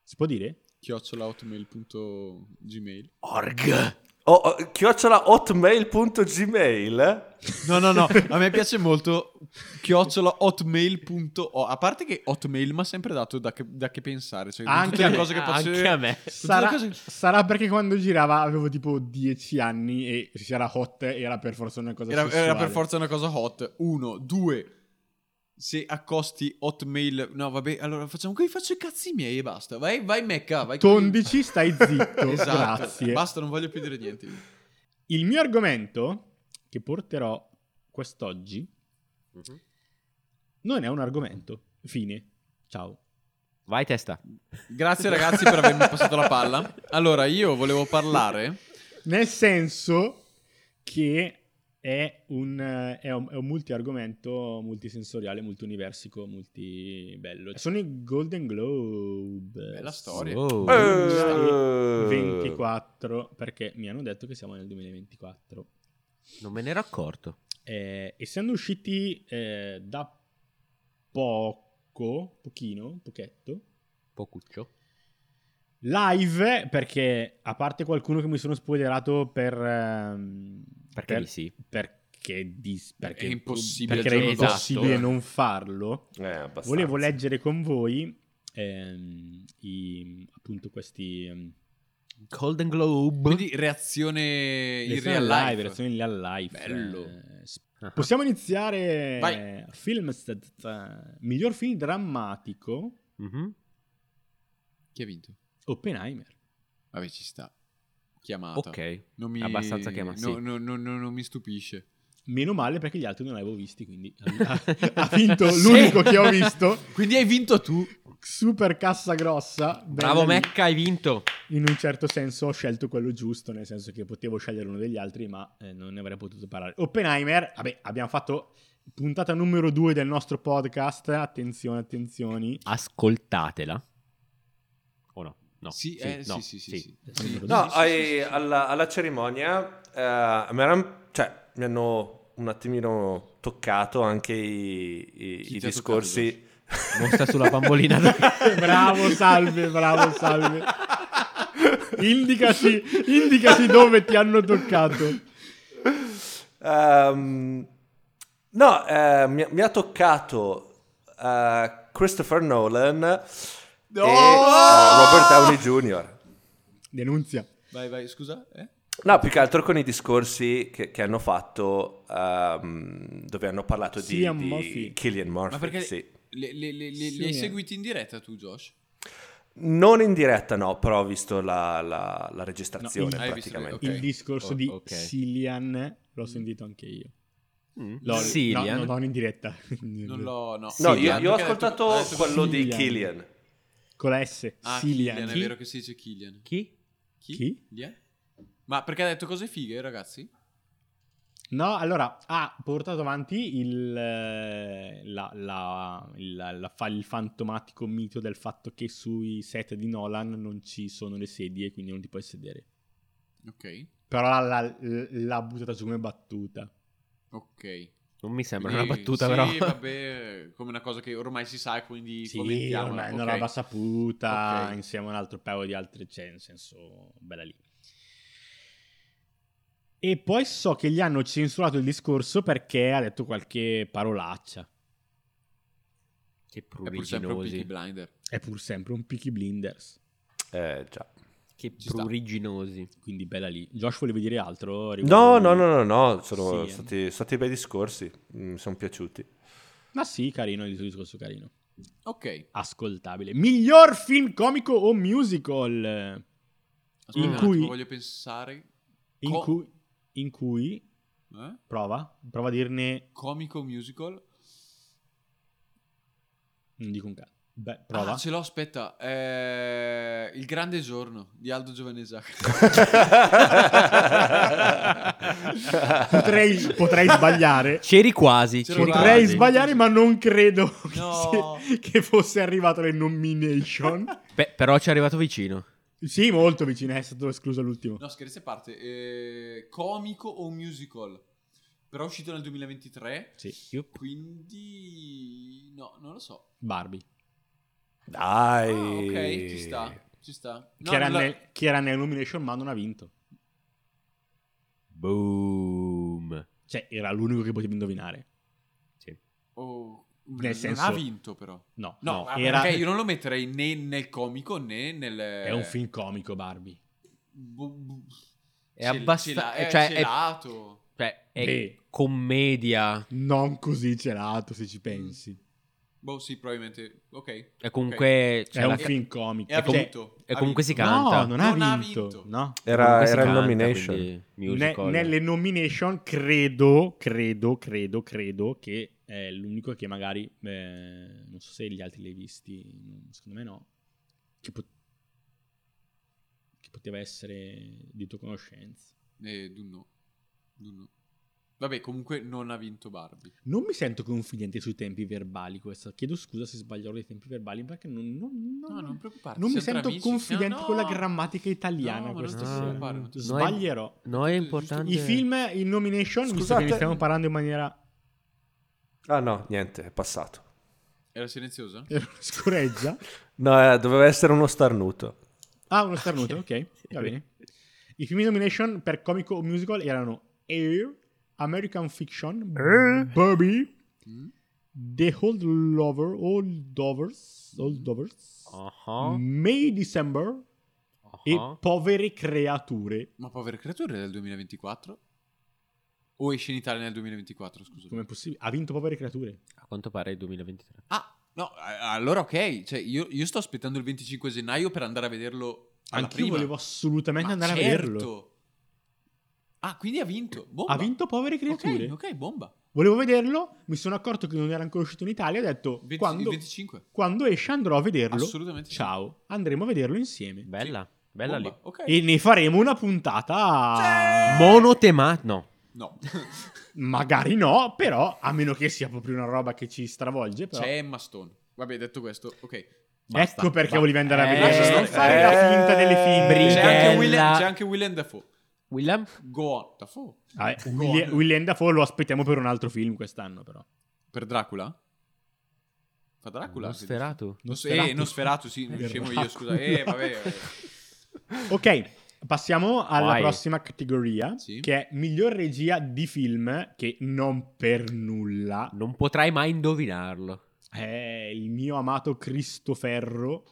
Speaker 5: Si può dire?
Speaker 6: chiocciolahotmail.gmail
Speaker 2: Org. Oh, oh, chiocciola hotmail.gmail.
Speaker 6: No, no, no, a me piace molto chiocciolahotmail.o A parte che Hotmail mi ha sempre dato da che, da che pensare, cioè con tutte le cose che faccio
Speaker 4: anche a me.
Speaker 5: Sarà,
Speaker 6: Tutte le cose-
Speaker 5: sarà perché quando girava avevo tipo 10 anni e se era hot era per forza una cosa
Speaker 6: Era,
Speaker 5: sessuale.
Speaker 6: era per forza una cosa hot. Uno, due. Se accosti Hotmail, no, vabbè, allora facciamo qui, faccio i cazzi miei e basta. Vai, vai, Mecca, vai. con-
Speaker 5: Tondici, stai
Speaker 6: [laughs]
Speaker 5: zitto.
Speaker 6: Esatto.
Speaker 5: Grazie.
Speaker 6: Basta, non voglio più dire niente.
Speaker 5: Il mio argomento che porterò quest'oggi
Speaker 4: Mhm.
Speaker 5: non è un argomento. Fine. Ciao.
Speaker 4: Vai testa.
Speaker 6: Grazie ragazzi per avermi passato la palla. Allora, io volevo parlare.
Speaker 5: Nel senso che è un, eh, è un, è un multi-argomento multisensoriale, multiuniversico, multibello. Sono i Golden Globe.
Speaker 6: Bella storia. Eh.
Speaker 4: Oh.
Speaker 2: Eh.
Speaker 5: 24, perché mi hanno detto che siamo nel 2024.
Speaker 4: Non me ne ero accorto.
Speaker 5: Eh, essendo usciti eh, da poco, pochino, pochetto,
Speaker 4: Pocuccio.
Speaker 5: live, perché a parte qualcuno che mi sono spoilerato per... ehm,
Speaker 4: Perché
Speaker 5: per-
Speaker 4: di sì.
Speaker 5: Perché, di, perché,
Speaker 6: impossibile esatto, eh.
Speaker 5: perché era
Speaker 6: al giorno
Speaker 5: impossibile
Speaker 4: d'oggi.
Speaker 5: non farlo.
Speaker 2: Eh, abbastanza.
Speaker 5: Volevo leggere con voi ehm, i- appunto questi... ehm,
Speaker 4: Golden Globe.
Speaker 6: Quindi reazione in
Speaker 5: lezioni
Speaker 6: real
Speaker 5: al
Speaker 6: life.
Speaker 5: lezioni in real life.
Speaker 6: Bello.
Speaker 5: Eh, s-
Speaker 4: Ah.
Speaker 5: Possiamo iniziare
Speaker 6: Vai.
Speaker 5: film st- st- miglior film drammatico
Speaker 4: Mhm.
Speaker 6: Chi ha vinto?
Speaker 5: Oppenheimer.
Speaker 6: Vabbè, ci sta. Chiamata.
Speaker 4: Ok.
Speaker 6: Non mi...
Speaker 4: Abbastanza chiamata,
Speaker 6: no,
Speaker 4: sì.
Speaker 6: no, no, no, non mi stupisce.
Speaker 5: Meno male perché gli altri non li avevo visti, quindi ha, ha vinto l'unico che ho visto.
Speaker 6: Quindi hai vinto tu.
Speaker 5: Super cassa grossa. bella
Speaker 4: Bravo
Speaker 5: lì.
Speaker 4: Mecca, hai vinto.
Speaker 5: In un certo senso ho scelto quello giusto, nel senso che potevo scegliere uno degli altri, ma eh, non ne avrei potuto parlare. Oppenheimer, vabbè, abbiamo fatto puntata numero due del nostro podcast. Attenzione, attenzioni.
Speaker 4: Ascoltatela. O no? No.
Speaker 6: Sì, eh, sì,
Speaker 4: no,
Speaker 6: sì, sì, sì.
Speaker 5: Sì.
Speaker 6: Sì,
Speaker 2: No,
Speaker 6: [laughs] sì, sì,
Speaker 2: ai-
Speaker 6: sì, sì.
Speaker 2: alla, alla cerimonia eh, mi, eran- cioè, mi hanno un attimino toccato anche i, i-
Speaker 6: Chi
Speaker 2: i
Speaker 6: ti ha
Speaker 2: discorsi.
Speaker 4: Mostra sulla bambolina.
Speaker 5: Bravo, salve, bravo, salve. Indicaci, indicaci dove ti hanno toccato.
Speaker 2: Ehm, no, eh, mi, mi ha toccato eh, Christopher Nolan e eh, Robert Downey Jr.
Speaker 5: Denunzia.
Speaker 6: Vai, vai, scusa. eh?
Speaker 2: No, più che altro con i discorsi che, che hanno fatto, ehm, dove hanno parlato di,
Speaker 5: Cillian
Speaker 2: di
Speaker 5: Murphy.
Speaker 2: Cillian Murphy.
Speaker 6: Ma perché
Speaker 2: sì.
Speaker 6: le, le- le- le-
Speaker 5: Sì,
Speaker 6: li hai
Speaker 5: eh.
Speaker 6: seguiti in diretta tu, Josh?
Speaker 2: Non in diretta, no, però ho visto la, la- la registrazione
Speaker 5: No,
Speaker 6: in- Hai visto,
Speaker 2: praticamente.
Speaker 6: ok.
Speaker 5: Il discorso di
Speaker 4: ok.
Speaker 5: Cillian l'ho sentito anche io. L'ho,
Speaker 4: Cillian.
Speaker 5: No, no, non in diretta.
Speaker 6: Mm. Non
Speaker 5: [laughs]
Speaker 6: l'ho, no.
Speaker 2: No,
Speaker 5: Sì,
Speaker 2: io,
Speaker 5: ma
Speaker 2: io ho
Speaker 6: perché ha detto-
Speaker 2: ascoltato
Speaker 6: ha detto-
Speaker 2: quello di
Speaker 5: Cillian.
Speaker 2: Killian.
Speaker 5: Con la S.
Speaker 6: Ah,
Speaker 5: Cillian.
Speaker 6: Killian, è
Speaker 5: Chi?
Speaker 6: vero che si dice Killian.
Speaker 4: [laughs] Chi?
Speaker 5: Chi?
Speaker 6: Killian? Ma perché ha detto cose fighe, ragazzi?
Speaker 5: No, allora ha portato avanti il, eh, la- la- la- la fa- il fantomatico mito del fatto che sui set di Nolan non ci sono le sedie, quindi non ti puoi sedere.
Speaker 6: Ok,
Speaker 5: Però l'ha, l'ha- l'ha buttata giù come battuta.
Speaker 6: ok.
Speaker 4: Non mi sembra
Speaker 6: Quindi-
Speaker 4: una battuta,
Speaker 6: sì,
Speaker 4: però.
Speaker 6: vabbè, come una cosa che ormai si sa, quindi
Speaker 5: Sì,
Speaker 6: commentiamo.
Speaker 5: ormai
Speaker 6: ok.
Speaker 5: è una roba saputa
Speaker 6: Ok.
Speaker 5: insieme a un altro paio di altre, cioè, nel senso, bella lì. E poi so che gli hanno censurato il discorso perché ha detto qualche parolaccia.
Speaker 4: Che
Speaker 6: È pur sempre un Peaky
Speaker 4: pruriginosi.
Speaker 6: Blinder.
Speaker 5: È pur sempre un Peaky Blinders,
Speaker 2: Eh, già.
Speaker 4: Che
Speaker 6: Ci sta.
Speaker 4: pruriginosi.
Speaker 5: quindi bella lì. Josh volevi dire altro?
Speaker 2: No,
Speaker 5: riguardo-
Speaker 2: no, no, no, no, sono
Speaker 5: Sì, eh.
Speaker 2: stati, stati bei discorsi, mi sono piaciuti.
Speaker 5: Ma sì, carino, il suo discorso carino.
Speaker 6: Ok.
Speaker 5: Ascoltabile. Miglior film comico o musical?
Speaker 6: Aspetta
Speaker 5: In
Speaker 6: un attimo,
Speaker 5: cui-
Speaker 6: voglio pensare.
Speaker 5: In,
Speaker 6: Co-
Speaker 5: cui, in cui...
Speaker 6: eh?
Speaker 5: Prova, prova a dirne...
Speaker 6: Comico musical.
Speaker 5: Non dico un cazzo. Beh, prova.
Speaker 6: Ah, ce l'ho, aspetta. Eh, Il grande giorno di Aldo Giovanesac. Ah,
Speaker 5: [laughs] potrei, potrei sbagliare.
Speaker 4: C'eri quasi.
Speaker 6: C'ero
Speaker 4: c'eri
Speaker 6: quasi.
Speaker 5: Potrei
Speaker 4: quasi.
Speaker 5: sbagliare, ma non credo [laughs] che
Speaker 6: No. [laughs]
Speaker 5: se- che fosse arrivato alle nomination.
Speaker 4: Beh, però ci è arrivato vicino.
Speaker 5: Sì, molto vicino, è stato escluso l'ultimo.
Speaker 6: No, scherzi a parte. eh, comico o musical? Però è uscito nel 2023.
Speaker 5: Sì,
Speaker 6: Quindi... No, non lo so.
Speaker 5: Barbie.
Speaker 2: Dai.
Speaker 6: Ah, ok, ci sta. Ci sta. No,
Speaker 5: che, era
Speaker 6: non la-
Speaker 5: nel- che era nel nomination ma non ha vinto.
Speaker 4: Boom.
Speaker 5: Cioè, era l'unico che potevi indovinare.
Speaker 6: Oh,
Speaker 5: Nel
Speaker 6: non
Speaker 5: senso-
Speaker 6: ha vinto però.
Speaker 5: No,
Speaker 6: No,
Speaker 5: no,
Speaker 6: vabbè,
Speaker 5: era...
Speaker 6: perché io eh. non lo metterei né nel comico né nel...
Speaker 5: È un film comico, Barbie.
Speaker 6: Bu- bu-
Speaker 4: È
Speaker 6: cel-
Speaker 4: abbasta-
Speaker 6: cela- è
Speaker 4: cioè, è-
Speaker 6: celato.
Speaker 4: Cioè, è
Speaker 5: Beh.
Speaker 4: commedia.
Speaker 5: Non così gelato, se ci pensi.
Speaker 6: Boh, sì, probabilmente. Ok.
Speaker 4: È comunque...
Speaker 5: È
Speaker 4: cioè,
Speaker 5: un
Speaker 4: la-
Speaker 5: film comico.
Speaker 6: E ha
Speaker 5: Cioè,
Speaker 6: vinto.
Speaker 4: E
Speaker 6: Ha
Speaker 4: comunque si
Speaker 6: vinto.
Speaker 4: canta.
Speaker 5: No, non, ha,
Speaker 6: Non ha
Speaker 5: vinto.
Speaker 6: vinto.
Speaker 5: No.
Speaker 2: Era,
Speaker 4: Comunque si
Speaker 2: era in
Speaker 4: canta,
Speaker 2: nomination.
Speaker 4: quindi
Speaker 5: Ne-
Speaker 4: musical.
Speaker 5: nelle nomination credo, credo, credo, credo che è l'unico che magari, eh, non so se gli altri li hai visti, non- secondo me no, che, pot- che poteva essere di tua conoscenza.
Speaker 6: Eh, Dunno. Dunno. Vabbè, comunque non ha vinto Barbie.
Speaker 5: Non mi sento confidente sui tempi verbali questa, chiedo scusa se sbaglierò dei tempi verbali perché non, non- non-
Speaker 6: No, non preoccuparti.
Speaker 5: non mi
Speaker 6: siamo
Speaker 5: sento
Speaker 6: tra amici,
Speaker 5: confidente
Speaker 6: siamo-
Speaker 5: con la
Speaker 6: no!
Speaker 5: grammatica italiana
Speaker 6: No, ma non
Speaker 5: questa
Speaker 6: ti
Speaker 5: sera.
Speaker 6: preoccupare, non ti
Speaker 4: preoccupare.
Speaker 5: Sbaglierò.
Speaker 4: No, è
Speaker 6: Giusto-
Speaker 4: importante.
Speaker 5: I film in nomination, visto che
Speaker 2: Scusate.
Speaker 5: ne stiamo parlando in maniera [laughs]
Speaker 2: Ah no, niente, è passato.
Speaker 6: Era silenziosa?
Speaker 5: scoreggia,
Speaker 2: No, eh, doveva essere uno starnuto.
Speaker 5: Ah, uno starnuto, ok, va bene. I film in nomination per comico o musical erano Air, American Fiction, Barbie,
Speaker 6: Mm?
Speaker 5: The Old Lover, Old Dovers, Old Dovers,
Speaker 4: Ah-ha,
Speaker 5: May December
Speaker 4: ah-ha.
Speaker 6: Uh-huh.
Speaker 5: e Povere Creature.
Speaker 6: Ma povere creature è del 2024? O esce in Italia nel 2024, scusa.
Speaker 5: Com'è possibile? Ha vinto Povere Creature.
Speaker 4: A quanto pare è il 2023.
Speaker 6: Ah, no, a- allora ok. Cioè, io, io sto aspettando il 25 gennaio per andare a vederlo alla
Speaker 5: Anch'io
Speaker 6: prima.
Speaker 5: volevo assolutamente
Speaker 6: Ma
Speaker 5: andare
Speaker 6: certo.
Speaker 5: a vederlo.
Speaker 6: Ah, quindi ha vinto. Bomba.
Speaker 5: Ha vinto Povere Creature.
Speaker 6: Ok, ok, bomba.
Speaker 5: Volevo vederlo, mi sono accorto che non era ancora uscito in Italia, ho detto
Speaker 6: 20
Speaker 5: quando,
Speaker 6: 25.
Speaker 5: quando esce andrò a vederlo.
Speaker 6: Assolutamente. sì.
Speaker 5: Ciao, andremo a vederlo insieme.
Speaker 4: Bella, bella
Speaker 6: Bomba,
Speaker 4: lì.
Speaker 6: Ok.
Speaker 5: E ne faremo una
Speaker 6: Certo.
Speaker 5: puntata.
Speaker 4: Monotematica. No.
Speaker 6: [laughs] No.
Speaker 5: Magari no, però a meno che sia proprio una roba che ci stravolge. Però.
Speaker 6: C'è Emma Stone. Vabbè, detto questo, ok.
Speaker 4: basta,
Speaker 5: ecco perché
Speaker 4: va-
Speaker 5: volevi andare a
Speaker 4: Eh,
Speaker 5: vedere. non
Speaker 6: eh,
Speaker 5: fare la finta delle fibre. Eh,
Speaker 6: C'è anche,
Speaker 4: Brighella.
Speaker 6: Willem, c'è anche Willem Dafoe.
Speaker 4: William?
Speaker 6: Go on, Dafoe.
Speaker 5: Vabbè, Ah, eh, Willi- Willem Dafoe lo aspettiamo per un altro film quest'anno, però.
Speaker 6: Per Dracula? Fa Dracula?
Speaker 4: Nosferatu.
Speaker 6: Non
Speaker 5: Nosferatu.
Speaker 6: Eh, Nosferatu, sì, non scemo io, scusa. Eh, vabbè.
Speaker 5: [laughs]
Speaker 6: eh.
Speaker 5: Ok, passiamo alla
Speaker 4: Vai.
Speaker 5: prossima categoria,
Speaker 6: Sì.
Speaker 5: che è miglior regia di film, che non per nulla
Speaker 4: Non potrai mai indovinarlo.
Speaker 5: è il mio amato Cristoferro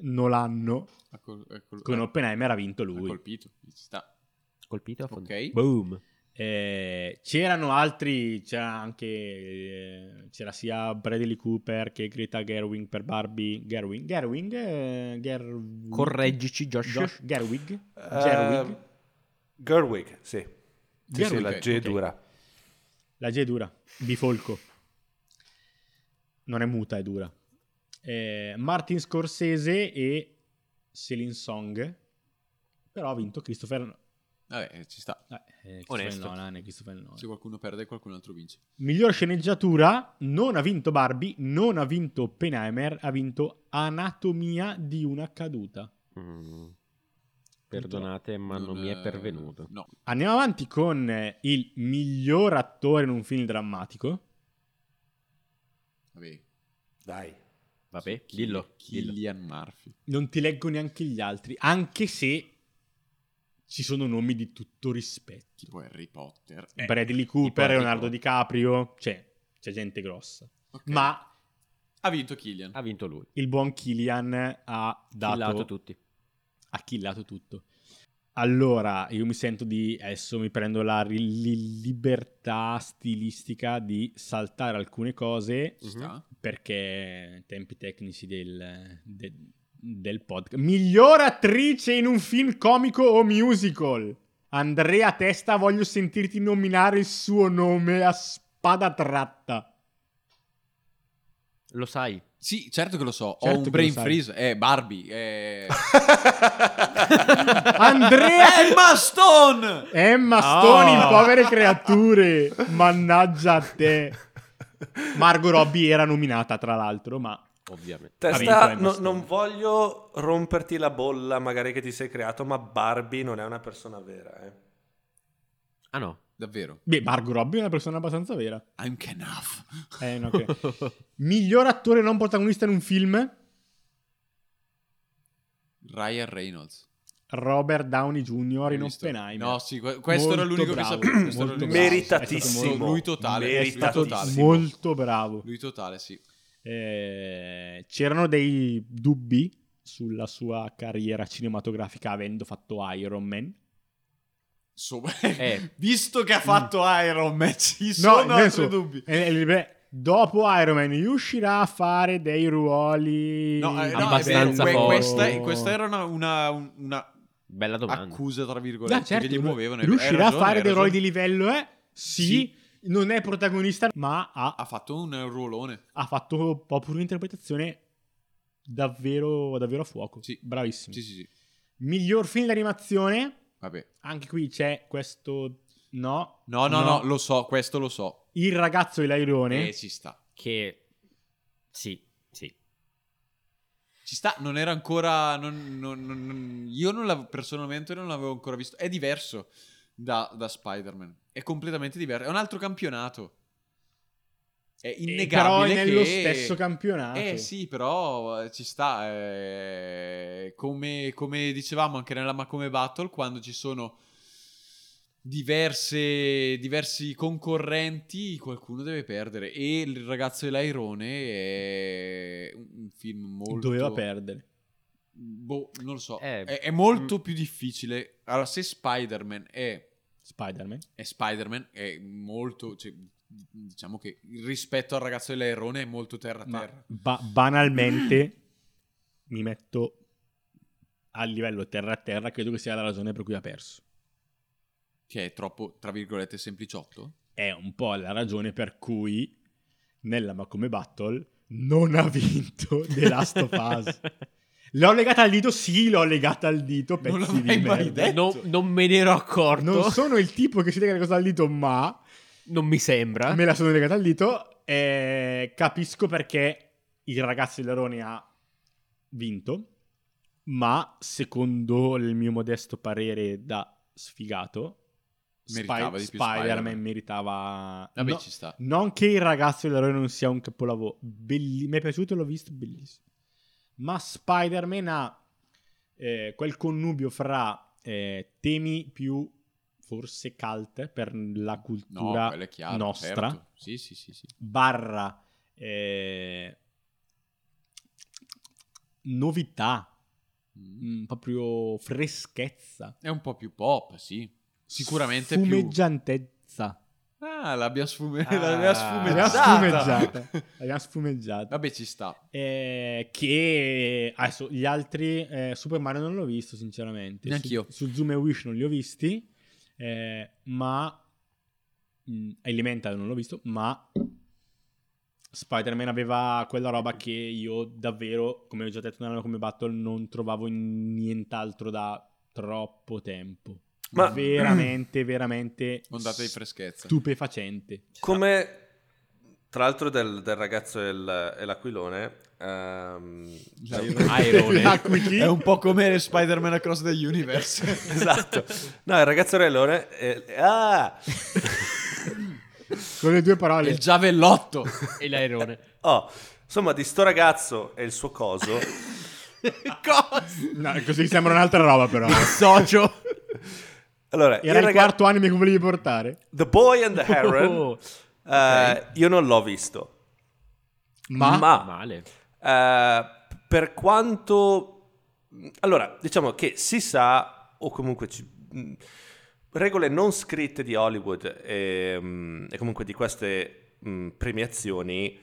Speaker 5: Nolanno.
Speaker 6: Ha col- ha col-
Speaker 5: Con
Speaker 6: ha-
Speaker 5: Oppenheimer ha vinto
Speaker 6: ha
Speaker 5: lui.
Speaker 6: colpito. Ci sta.
Speaker 4: Colpito a fondo.
Speaker 6: Ok.
Speaker 4: Boom.
Speaker 5: Eh, c'erano altri, c'era anche eh, c'era sia Bradley Cooper che Greta Gerwig per Barbie Gerwig, Gerwig, eh, Gerwig
Speaker 4: Correggici, Josh.
Speaker 5: Josh- Gerwig,
Speaker 2: Eh,
Speaker 5: Gerwig.
Speaker 2: Gerwig, sì. Sì, sì,
Speaker 5: Gerwig,
Speaker 2: la G è
Speaker 5: ok.
Speaker 2: dura.
Speaker 5: La G è dura, bifolco. Non è muta, è dura. Eh, Martin Scorsese e Celine Song. Però ha vinto Christopher
Speaker 6: Vabbè, eh, ci sta.
Speaker 5: eh, eh, Christopher
Speaker 4: Onesto.
Speaker 5: Nolan e Christopher Nolan.
Speaker 6: Se qualcuno perde, qualcun altro vince.
Speaker 5: Miglior sceneggiatura non ha vinto Barbie, non ha vinto Oppenheimer, ha vinto Anatomia di una caduta.
Speaker 4: Mm. Perdonate, ma non, mi è
Speaker 6: eh,
Speaker 4: pervenuto.
Speaker 6: No.
Speaker 5: Andiamo avanti con eh, il miglior attore in un film drammatico.
Speaker 6: Vabbè.
Speaker 2: Dai.
Speaker 4: Vabbè, dillo. dillo.
Speaker 6: Killian Murphy.
Speaker 5: Non ti leggo neanche gli altri, anche se ci sono nomi di tutto rispetto.
Speaker 6: Tipo Harry Potter.
Speaker 5: Bradley
Speaker 6: tipo
Speaker 5: Cooper,
Speaker 6: Harry
Speaker 5: Leonardo
Speaker 6: Potter.
Speaker 5: DiCaprio, cioè, c'è gente grossa.
Speaker 6: Ok.
Speaker 5: Ma
Speaker 6: Ha vinto Killian.
Speaker 5: Ah,
Speaker 4: Ha vinto lui.
Speaker 5: il buon Killian ha dato...
Speaker 4: Killato tutti.
Speaker 5: ha killato tutto. Allora, io mi sento di adesso mi prendo la ri- li- libertà stilistica di saltare alcune cose
Speaker 6: Ci sta.
Speaker 5: perché tempi tecnici del, de- del podcast. Miglior attrice in un film comico o musical. Andrea Testa, voglio sentirti nominare il suo nome a spada tratta.
Speaker 6: [laughs]
Speaker 4: Lo sai.
Speaker 6: Sì, certo che lo so.
Speaker 5: Certo
Speaker 6: Ho
Speaker 5: che
Speaker 6: un
Speaker 5: lo
Speaker 6: brain
Speaker 5: sai.
Speaker 6: freeze. Eh, Barbie. Eh...
Speaker 5: [laughs] Andrea
Speaker 6: Emma Stone!
Speaker 5: Emma Stone
Speaker 6: Oh.
Speaker 5: in Povere Creature.
Speaker 2: [laughs]
Speaker 5: Mannaggia a te. Margot Robbie era nominata, tra l'altro, ma
Speaker 4: ovviamente.
Speaker 5: vinto
Speaker 2: Testa,
Speaker 5: Emma
Speaker 2: no-
Speaker 5: Stone.
Speaker 2: non voglio romperti la bolla magari che ti sei creato, ma Barbie non è una persona vera. eh.
Speaker 4: Ah no.
Speaker 6: Davvero.
Speaker 5: Beh, Margot Robbie è una persona abbastanza vera.
Speaker 3: I'm Kenaf.
Speaker 5: Eh, no,
Speaker 6: [laughs]
Speaker 5: ok. Miglior attore non protagonista in un film?
Speaker 6: Ryan Reynolds.
Speaker 5: Robert Downey Jr.
Speaker 6: Hai
Speaker 5: in
Speaker 6: visto?
Speaker 5: Oppenheimer.
Speaker 6: No, sì, que- questo
Speaker 5: Molto
Speaker 6: era l'unico
Speaker 5: bravo,
Speaker 6: che sapevo. questo era
Speaker 5: molto
Speaker 6: l'unico.
Speaker 5: bravo.
Speaker 2: Meritatissimo.
Speaker 5: È stato
Speaker 6: Lui totale, lui
Speaker 2: Meritatissimo.
Speaker 5: molto-
Speaker 6: totale.
Speaker 5: Molto bravo.
Speaker 6: Lui totale, sì.
Speaker 5: Eh, c'erano dei dubbi sulla sua carriera cinematografica avendo fatto Iron Man.
Speaker 6: So-
Speaker 4: [laughs]
Speaker 6: [laughs]
Speaker 4: Eh.
Speaker 6: Visto che ha fatto Iron Man, ci
Speaker 5: Mm. nel senso, eh, eh, beh, dopo Iron Man riuscirà a fare dei ruoli
Speaker 6: No, eh, no, è
Speaker 4: Abbastanza
Speaker 6: vero, que-
Speaker 4: forte.
Speaker 6: questa, è- questa era una, una, una
Speaker 4: Bella domanda.
Speaker 6: accusa, tra virgolette,
Speaker 5: Ah, certo,
Speaker 6: che gli
Speaker 5: lui-
Speaker 6: muovevano. Hai
Speaker 5: riuscirà
Speaker 6: ragione,
Speaker 5: a fare
Speaker 6: hai
Speaker 5: dei ruoli
Speaker 6: ragione.
Speaker 5: di livello, eh? Sì,
Speaker 6: Sì.
Speaker 5: non è protagonista, ma ha,
Speaker 6: Ha fatto un ruolone.
Speaker 5: ha fatto proprio un'interpretazione davvero, davvero a fuoco.
Speaker 6: Sì.
Speaker 5: Bravissimo.
Speaker 6: Sì, sì, sì.
Speaker 5: Miglior film d'animazione?
Speaker 6: Vabbè.
Speaker 5: Anche qui c'è questo... No.
Speaker 6: No, no, no, lo so, questo lo so.
Speaker 5: Il ragazzo e l'airone.
Speaker 6: Eh, ci sta.
Speaker 4: Che... Sì, sì.
Speaker 6: Ci sta, non era ancora... non- non- non- non- io non l'avevo, personalmente non l'avevo ancora visto. È diverso da, da Spider-Man. È completamente diverso. È un altro campionato. È
Speaker 5: Eh,
Speaker 6: innegabile
Speaker 5: però è nello
Speaker 6: che-
Speaker 5: stesso campionato.
Speaker 6: Eh sì, però eh, ci sta. eh, come, come dicevamo anche nella Macome Battle, quando ci sono diverse, diversi concorrenti, qualcuno deve perdere. E il ragazzo dell'Airone è un un film molto...
Speaker 5: Doveva perdere.
Speaker 6: Boh, non lo so.
Speaker 4: Eh,
Speaker 6: è, è molto più difficile. Allora, se Spider-Man è
Speaker 5: Spider-Man.
Speaker 6: e Spider-Man è molto. cioè, diciamo che rispetto al ragazzo dell'airone è molto
Speaker 5: Ma
Speaker 6: terra-terra.
Speaker 5: ba- banalmente mi metto a livello terra a terra, credo che sia la ragione per cui ha perso.
Speaker 6: Che è troppo, tra virgolette, sempliciotto.
Speaker 5: È un po' la ragione per cui nella ma come Battle non
Speaker 6: [laughs]
Speaker 5: ha vinto The Last of
Speaker 4: [laughs]
Speaker 5: Us. L'ho legata al dito? Sì, l'ho legata al dito, pezzi
Speaker 6: Non
Speaker 5: di
Speaker 6: l'avrei mai
Speaker 5: merda.
Speaker 6: detto.
Speaker 4: Non, non me ne ero accorto.
Speaker 5: Non sono il tipo che si lega le cose al dito, ma
Speaker 4: Non mi
Speaker 6: Eh?
Speaker 4: sembra.
Speaker 5: me la sono legata al dito. E capisco perché il ragazzo di Larone ha vinto, ma secondo il mio modesto parere da sfigato,
Speaker 6: Meritava di più Spider-Man.
Speaker 5: Spider-Man meritava...
Speaker 6: Vabbè,
Speaker 5: no-
Speaker 6: ci sta.
Speaker 5: non che il ragazzo di Larone non sia un capolavoro, belli- mi è piaciuto, l'ho visto, bellissimo. Ma Spider-Man ha eh, quel connubio fra eh, temi più forse cult per la
Speaker 6: No,
Speaker 5: cultura
Speaker 6: quello è chiaro.
Speaker 5: nostra.
Speaker 6: certo. Sì, sì, sì, sì.
Speaker 5: barra eh, novità,
Speaker 6: Mm.
Speaker 5: mm, proprio freschezza,
Speaker 6: È un po' più pop, sì. Sicuramente
Speaker 5: fumeggiantezza.
Speaker 6: più. Ah, l'abbiamo sfume-
Speaker 2: Ah,
Speaker 6: l'abbiamo
Speaker 5: L'abbiamo
Speaker 6: sfumeggiata.
Speaker 5: sfumeggiata. L'abbiamo sfumeggiata.
Speaker 6: [laughs] Vabbè, ci sta.
Speaker 5: Eh, che adesso gli altri eh, Super Mario non l'ho visto sinceramente.
Speaker 6: Neanch'io.
Speaker 5: Su, su Zoom e Wish non li ho visti, eh, ma mm, Elemental non l'ho visto, ma Spider-Man aveva quella roba che io davvero, come ho già detto nella come battle, non trovavo in nient'altro da troppo tempo.
Speaker 2: Ma-
Speaker 5: veramente, veramente
Speaker 6: Ondata di freschezza.
Speaker 5: stupefacente.
Speaker 2: Come tra l'altro del, del ragazzo e, il- e l'aquilone, ehm,
Speaker 5: Cioè, [laughs]
Speaker 4: Airone.
Speaker 5: L'aquilino.
Speaker 4: È un po' come Spider-Man Across
Speaker 5: [laughs]
Speaker 4: the
Speaker 2: [laughs]
Speaker 4: Universe.
Speaker 2: esatto, no, il ragazzo e l'aquilone, eh, ah,
Speaker 5: Con le due parole.
Speaker 6: Il giavellotto.
Speaker 4: e l'airone.
Speaker 2: oh, insomma, di sto ragazzo e il suo coso,
Speaker 4: [laughs] Cosa?
Speaker 5: No, così sembra un'altra roba però.
Speaker 4: Socio.
Speaker 2: allora,
Speaker 5: Era il,
Speaker 2: raga-
Speaker 5: quarto anime che volevi portare.
Speaker 2: The Boy and the Heron,
Speaker 4: Oh,
Speaker 2: eh, io non l'ho visto,
Speaker 5: Ma,
Speaker 4: Ah, Male.
Speaker 2: Eh, per quanto allora, diciamo che si sa, o comunque ci- mh, regole non scritte di Hollywood e, mh, e comunque di queste mh, premiazioni,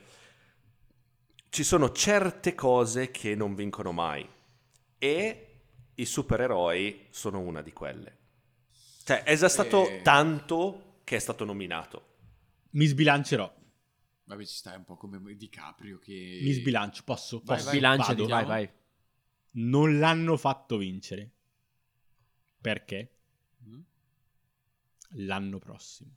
Speaker 2: ci sono certe cose che non vincono mai. E i supereroi sono una di quelle. Cioè, è già stato
Speaker 6: Eh.
Speaker 2: tanto che è stato nominato.
Speaker 5: mi sbilancerò.
Speaker 6: Vabbè, ci sta è un po' come Di Caprio che...
Speaker 5: Mi sbilancio, posso?
Speaker 6: Vai, vai,
Speaker 5: posso?
Speaker 6: diciamo.
Speaker 4: Bilancia di
Speaker 5: Vado.
Speaker 4: vai, vai.
Speaker 5: Non l'hanno fatto vincere. Perché?
Speaker 6: Mm?
Speaker 5: L'anno prossimo.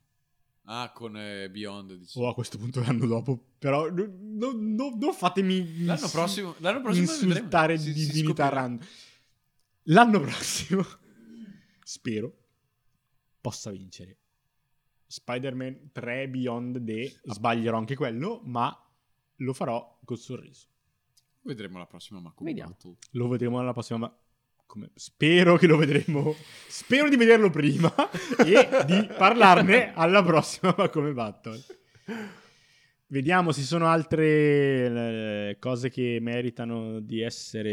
Speaker 6: Ah, con eh, Beyond, dici.
Speaker 5: O Oh, a questo punto l'anno dopo, però no- no- no- non fatemi
Speaker 6: L'anno
Speaker 5: ins-
Speaker 6: prossimo- l'anno prossimo vedremo.
Speaker 5: insultare
Speaker 6: Si- si
Speaker 5: divinità
Speaker 6: scoprirà.
Speaker 5: random. L'anno prossimo, [laughs] spero, possa vincere Spider-Man 3 Beyond The. Sbaglierò anche quello, ma lo farò col sorriso.
Speaker 6: Vedremo la prossima Marco
Speaker 4: Vediamo.
Speaker 6: Battle.
Speaker 5: Lo vedremo alla prossima. ma- come- Spero che lo vedremo. Spero di
Speaker 6: [laughs]
Speaker 5: vederlo prima e di parlarne alla prossima. Ma come battle. Vediamo se ci sono altre eh, cose che meritano di essere.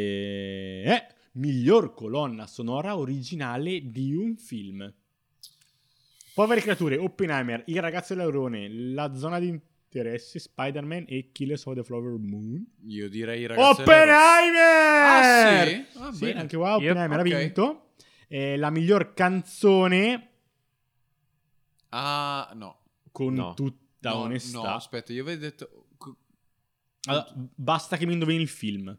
Speaker 5: Eh, miglior colonna sonora originale di un film. Povere creature, Oppenheimer, Il ragazzo e l'aurone, La zona di interesse, Spider-Man e Killers of the Flower Moon.
Speaker 6: Io direi, ragazzi... Ah,
Speaker 5: Oppenheimer!
Speaker 6: sì? Ah,
Speaker 5: Sì,
Speaker 6: bene.
Speaker 5: anche qua Oppenheimer
Speaker 6: Ok.
Speaker 5: ha vinto. Eh, la miglior canzone
Speaker 6: Ah, no.
Speaker 5: con
Speaker 4: No.
Speaker 5: tutta
Speaker 6: No,
Speaker 5: onestà.
Speaker 6: No, aspetta, io avevo detto... co-
Speaker 5: Allora, basta che mi indovini il film.